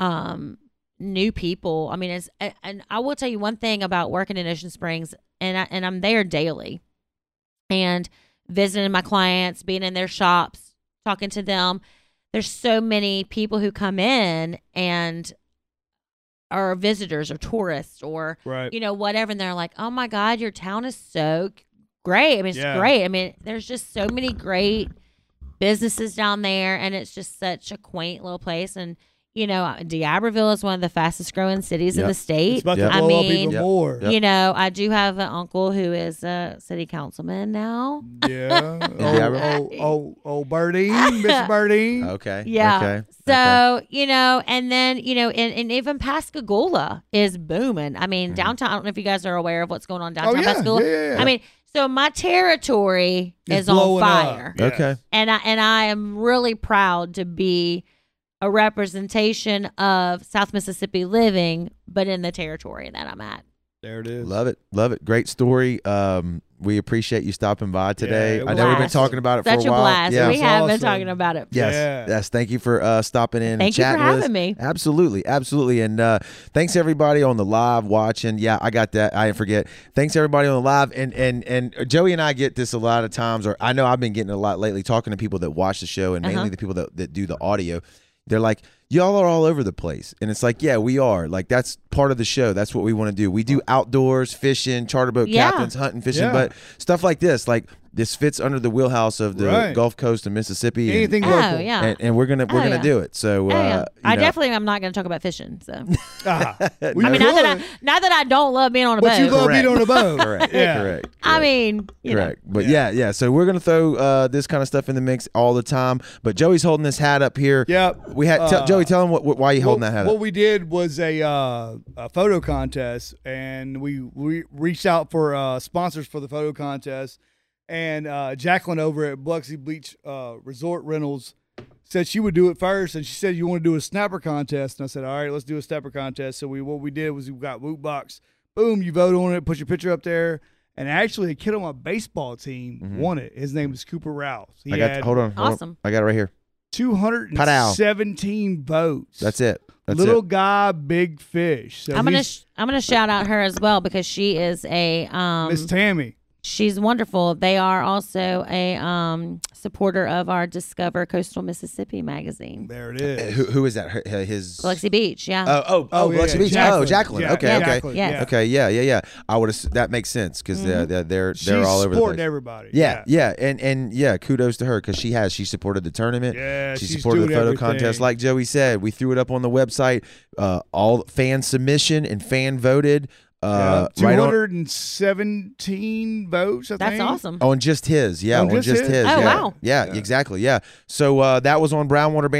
Speaker 3: um, new people. I mean, it's, a- and I will tell you one thing about working in Ocean Springs, and I, and I'm there daily, and visiting my clients, being in their shops, talking to them. There's so many people who come in and are visitors or tourists or
Speaker 2: Right.
Speaker 3: you know, whatever. And they're like, oh my God, your town is so g- great. I mean, it's
Speaker 2: Yeah.
Speaker 3: great. I mean, there's just so many great businesses down there, and it's just such a quaint little place. And, you know, D'Iberville is one of the fastest growing cities in
Speaker 1: Yep.
Speaker 3: the
Speaker 2: It's
Speaker 3: state.
Speaker 2: about
Speaker 1: Yep.
Speaker 2: to
Speaker 3: I
Speaker 2: blow up
Speaker 3: mean-
Speaker 2: even
Speaker 1: Yep.
Speaker 2: more.
Speaker 1: Yep.
Speaker 3: You know, I do have an uncle who is a city councilman now.
Speaker 2: Yeah.
Speaker 1: Diablo?
Speaker 2: oh, oh, oh, oh, Birdie, Miss Birdie.
Speaker 1: okay
Speaker 3: Yeah.
Speaker 1: okay okay.
Speaker 3: So, you know, and then, you know, and, and even Pascagoula is booming. I mean, downtown, I don't know if you guys are aware of what's going on downtown
Speaker 2: Mm-hmm. oh, yeah.
Speaker 3: Pascagoula.
Speaker 2: yeah, yeah, yeah.
Speaker 3: I mean, so my territory
Speaker 2: It's
Speaker 3: is on
Speaker 2: blowing up.
Speaker 3: fire.
Speaker 2: Yes.
Speaker 1: okay
Speaker 3: and I and I am really proud to be a representation of South Mississippi living, but in the territory that I'm at.
Speaker 2: there it is.
Speaker 1: Love it. Love it. Great story. Um, we appreciate you stopping by today.
Speaker 2: it
Speaker 1: I
Speaker 2: was
Speaker 1: know we've been
Speaker 3: blast.
Speaker 1: talking about it
Speaker 3: Such
Speaker 1: for a
Speaker 3: a
Speaker 1: while.
Speaker 3: blast.
Speaker 1: Yeah.
Speaker 3: we
Speaker 2: That's
Speaker 3: have been
Speaker 2: awesome.
Speaker 3: talking about it.
Speaker 1: Yes.
Speaker 2: Yeah.
Speaker 1: Yes. Thank you for uh, stopping in and
Speaker 3: Thank you for
Speaker 1: chatting with us.
Speaker 3: having me.
Speaker 1: Absolutely. Absolutely. And uh, thanks everybody on the live watching. Yeah, I got that. I didn't forget. Thanks everybody on the live. And and and Joey and I get this a lot of times, or I know I've been getting it a lot lately, talking to people that watch the show and mainly
Speaker 3: Uh-huh.
Speaker 1: the people that, that do the audio. They're like, y'all are all over the place. And it's like, yeah, we are. Like, that's part of the show. That's what we want to do. We do outdoors, fishing, charter boat
Speaker 3: Yeah.
Speaker 1: captains, hunting, fishing,
Speaker 2: Yeah.
Speaker 1: but stuff like this, like, this fits under the wheelhouse of the
Speaker 2: Right.
Speaker 1: Gulf Coast of Mississippi. and-
Speaker 2: Anything local.
Speaker 3: Oh yeah.
Speaker 1: and, and we're gonna we're
Speaker 3: Oh,
Speaker 1: gonna
Speaker 3: yeah.
Speaker 1: do it. So uh,
Speaker 3: Oh, yeah.
Speaker 1: you
Speaker 3: I
Speaker 1: know,
Speaker 3: definitely am not going to talk about fishing. So, I mean,
Speaker 2: Ah, we
Speaker 1: I mean,
Speaker 3: not
Speaker 2: could.
Speaker 3: that I not that I don't love being on a
Speaker 2: but you
Speaker 3: boat.
Speaker 2: love being on a boat.
Speaker 1: correct,
Speaker 2: Yeah.
Speaker 1: correct, correct.
Speaker 3: I mean, you know.
Speaker 1: Correct, but yeah. yeah, So we're gonna throw uh, this kind of stuff in the mix all the time. But Joey's holding this hat up here.
Speaker 2: Yep.
Speaker 1: we had tell
Speaker 2: Uh,
Speaker 1: Joey. Tell him what, what why you holding
Speaker 2: Well,
Speaker 1: that hat
Speaker 2: What
Speaker 1: up.
Speaker 2: we did was a, uh, a photo contest, and we we reached out for uh, sponsors for the photo contest. And uh, Jacqueline over at Biloxi Beach uh, Resort Rentals said she would do it first, and she said you want to do a snapper contest, and I said all right, let's do a snapper contest. So we what we did was we got Woot Box, boom, you vote on it, put your picture up there, And actually, a kid on my baseball team
Speaker 1: Mhm.
Speaker 2: won it. His name is Cooper Rouse. He
Speaker 1: I got
Speaker 2: had
Speaker 1: hold on. hold on.
Speaker 3: Awesome.
Speaker 1: I got it right here.
Speaker 2: 217 votes.
Speaker 1: That's it. That's
Speaker 2: Little
Speaker 1: it.
Speaker 2: guy, big fish. So
Speaker 3: I'm gonna
Speaker 2: he's-
Speaker 3: sh- I'm gonna shout out her as well because she is a um
Speaker 2: Miss Tammy.
Speaker 3: she's wonderful. They are also a um supporter of our Discover Coastal Mississippi magazine.
Speaker 2: There it
Speaker 1: Uh,
Speaker 2: is.
Speaker 1: Who, who is that? Her- her- His.
Speaker 3: Biloxi Beach, yeah.
Speaker 1: Oh, oh, oh, Biloxi Beach. Oh, Jacqueline.
Speaker 2: Yeah,
Speaker 1: okay, okay,
Speaker 2: Jacqueline,
Speaker 3: Yes.
Speaker 2: yeah.
Speaker 1: okay. Yeah, yeah, yeah. I would. ass- That makes sense because they're,
Speaker 3: Mm-hmm.
Speaker 1: they're they're
Speaker 2: She's
Speaker 1: they're all over the
Speaker 2: supporting
Speaker 1: place.
Speaker 2: everybody.
Speaker 1: Yeah, yeah, and and yeah, kudos to her because she has she supported the tournament.
Speaker 2: Yeah,
Speaker 1: she
Speaker 2: she's
Speaker 1: supported the
Speaker 2: doing
Speaker 1: photo contest.
Speaker 2: everything.
Speaker 1: Like Joey said, we threw it up on the website. Uh, all fan submission and fan voted. Uh,
Speaker 2: Yeah.
Speaker 1: right on,
Speaker 2: 217 votes. I
Speaker 3: That's
Speaker 2: think.
Speaker 3: awesome.
Speaker 1: on just his. Yeah, on, just, his.
Speaker 3: Oh,
Speaker 1: yeah.
Speaker 3: wow.
Speaker 1: Yeah,
Speaker 2: Yeah.
Speaker 1: exactly. Yeah. So uh, that was on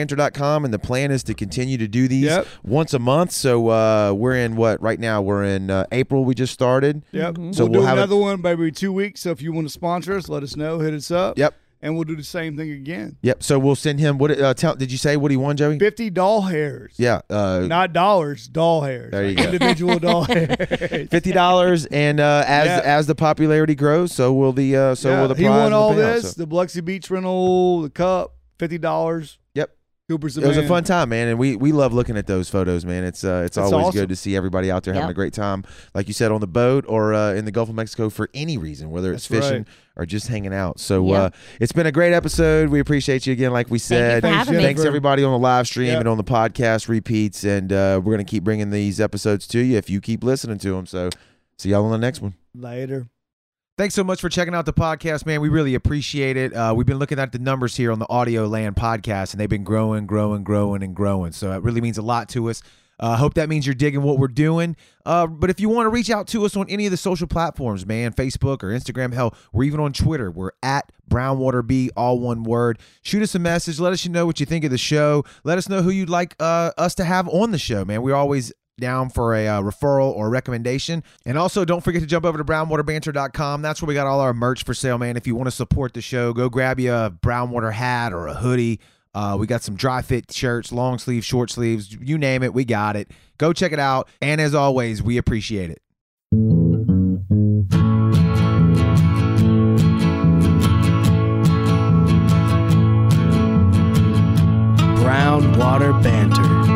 Speaker 1: brownwaterbanter.com, and the plan is to continue to do these
Speaker 2: Yep.
Speaker 1: once a month. So uh, we're in what right now? We're in uh, April. We just started.
Speaker 2: Yep.
Speaker 3: Mm-hmm.
Speaker 1: So
Speaker 2: we'll,
Speaker 1: we'll
Speaker 2: do
Speaker 1: have it-
Speaker 2: another one maybe two weeks. So if you want to sponsor us, let us know. Hit us up.
Speaker 1: Yep.
Speaker 2: And we'll do the same thing again.
Speaker 1: Yep. So we'll send him. What uh, tell, did you say? What he won, Joey?
Speaker 2: 50 doll hairs.
Speaker 1: Yeah. Uh,
Speaker 2: Not dollars, doll hairs.
Speaker 1: There you
Speaker 2: Like
Speaker 1: go.
Speaker 2: Individual doll hairs.
Speaker 1: fifty dollars, and uh, as
Speaker 2: Yeah.
Speaker 1: as the popularity grows, so will the uh, so
Speaker 2: Yeah,
Speaker 1: will the prize.
Speaker 2: he
Speaker 1: and
Speaker 2: won
Speaker 1: the
Speaker 2: all
Speaker 1: payout,
Speaker 2: this.
Speaker 1: so-
Speaker 2: The Biloxi Beach rental, the cup, fifty dollars.
Speaker 1: Yep.
Speaker 2: Cooper's the
Speaker 1: It was a
Speaker 2: man.
Speaker 1: fun time, man, and we, we love looking at those photos, man. It's uh, it's, always
Speaker 2: awesome.
Speaker 1: good to see everybody out there having
Speaker 3: Yeah.
Speaker 1: a great time, like you said, on the boat or uh, in the Gulf of Mexico for any reason, whether it's
Speaker 2: That's right.
Speaker 1: fishing or just hanging out. So
Speaker 3: Yeah.
Speaker 1: uh, it's been a great episode. We appreciate you again, like we
Speaker 3: you
Speaker 1: said.
Speaker 3: for Thanks, having me.
Speaker 1: Thanks
Speaker 2: Jennifer.
Speaker 1: everybody on the live stream
Speaker 2: Yeah.
Speaker 1: and on the podcast repeats, and uh, we're gonna keep bringing these episodes to you if you keep listening to them. So see y'all on the next one.
Speaker 2: Later.
Speaker 1: Thanks so much for checking out the podcast, man. We really appreciate it. Uh, we've been looking at the numbers here on the Audio Land podcast, and they've been growing, growing, growing, and growing. So it really means a lot to us. Uh, hope that means you're digging what we're doing. Uh, but if you want to reach out to us on any of the social platforms, man, Facebook or Instagram, hell, we're even on Twitter. We're at BrownwaterB, all one word. Shoot us a message. Let us know what you think of the show. Let us know who you'd like uh, us to have on the show, man. We're always down for a uh, referral or recommendation. And also, don't forget to jump over to brownwaterbanter.com. That's where we got all our merch for sale, man. If you want to support the show, go grab you a Brownwater hat or a hoodie. Uh, we got some dry fit shirts, long sleeves, short sleeves, you name it, we got it. Go check it out. And as always, we appreciate it.
Speaker 4: Brown Water Banter.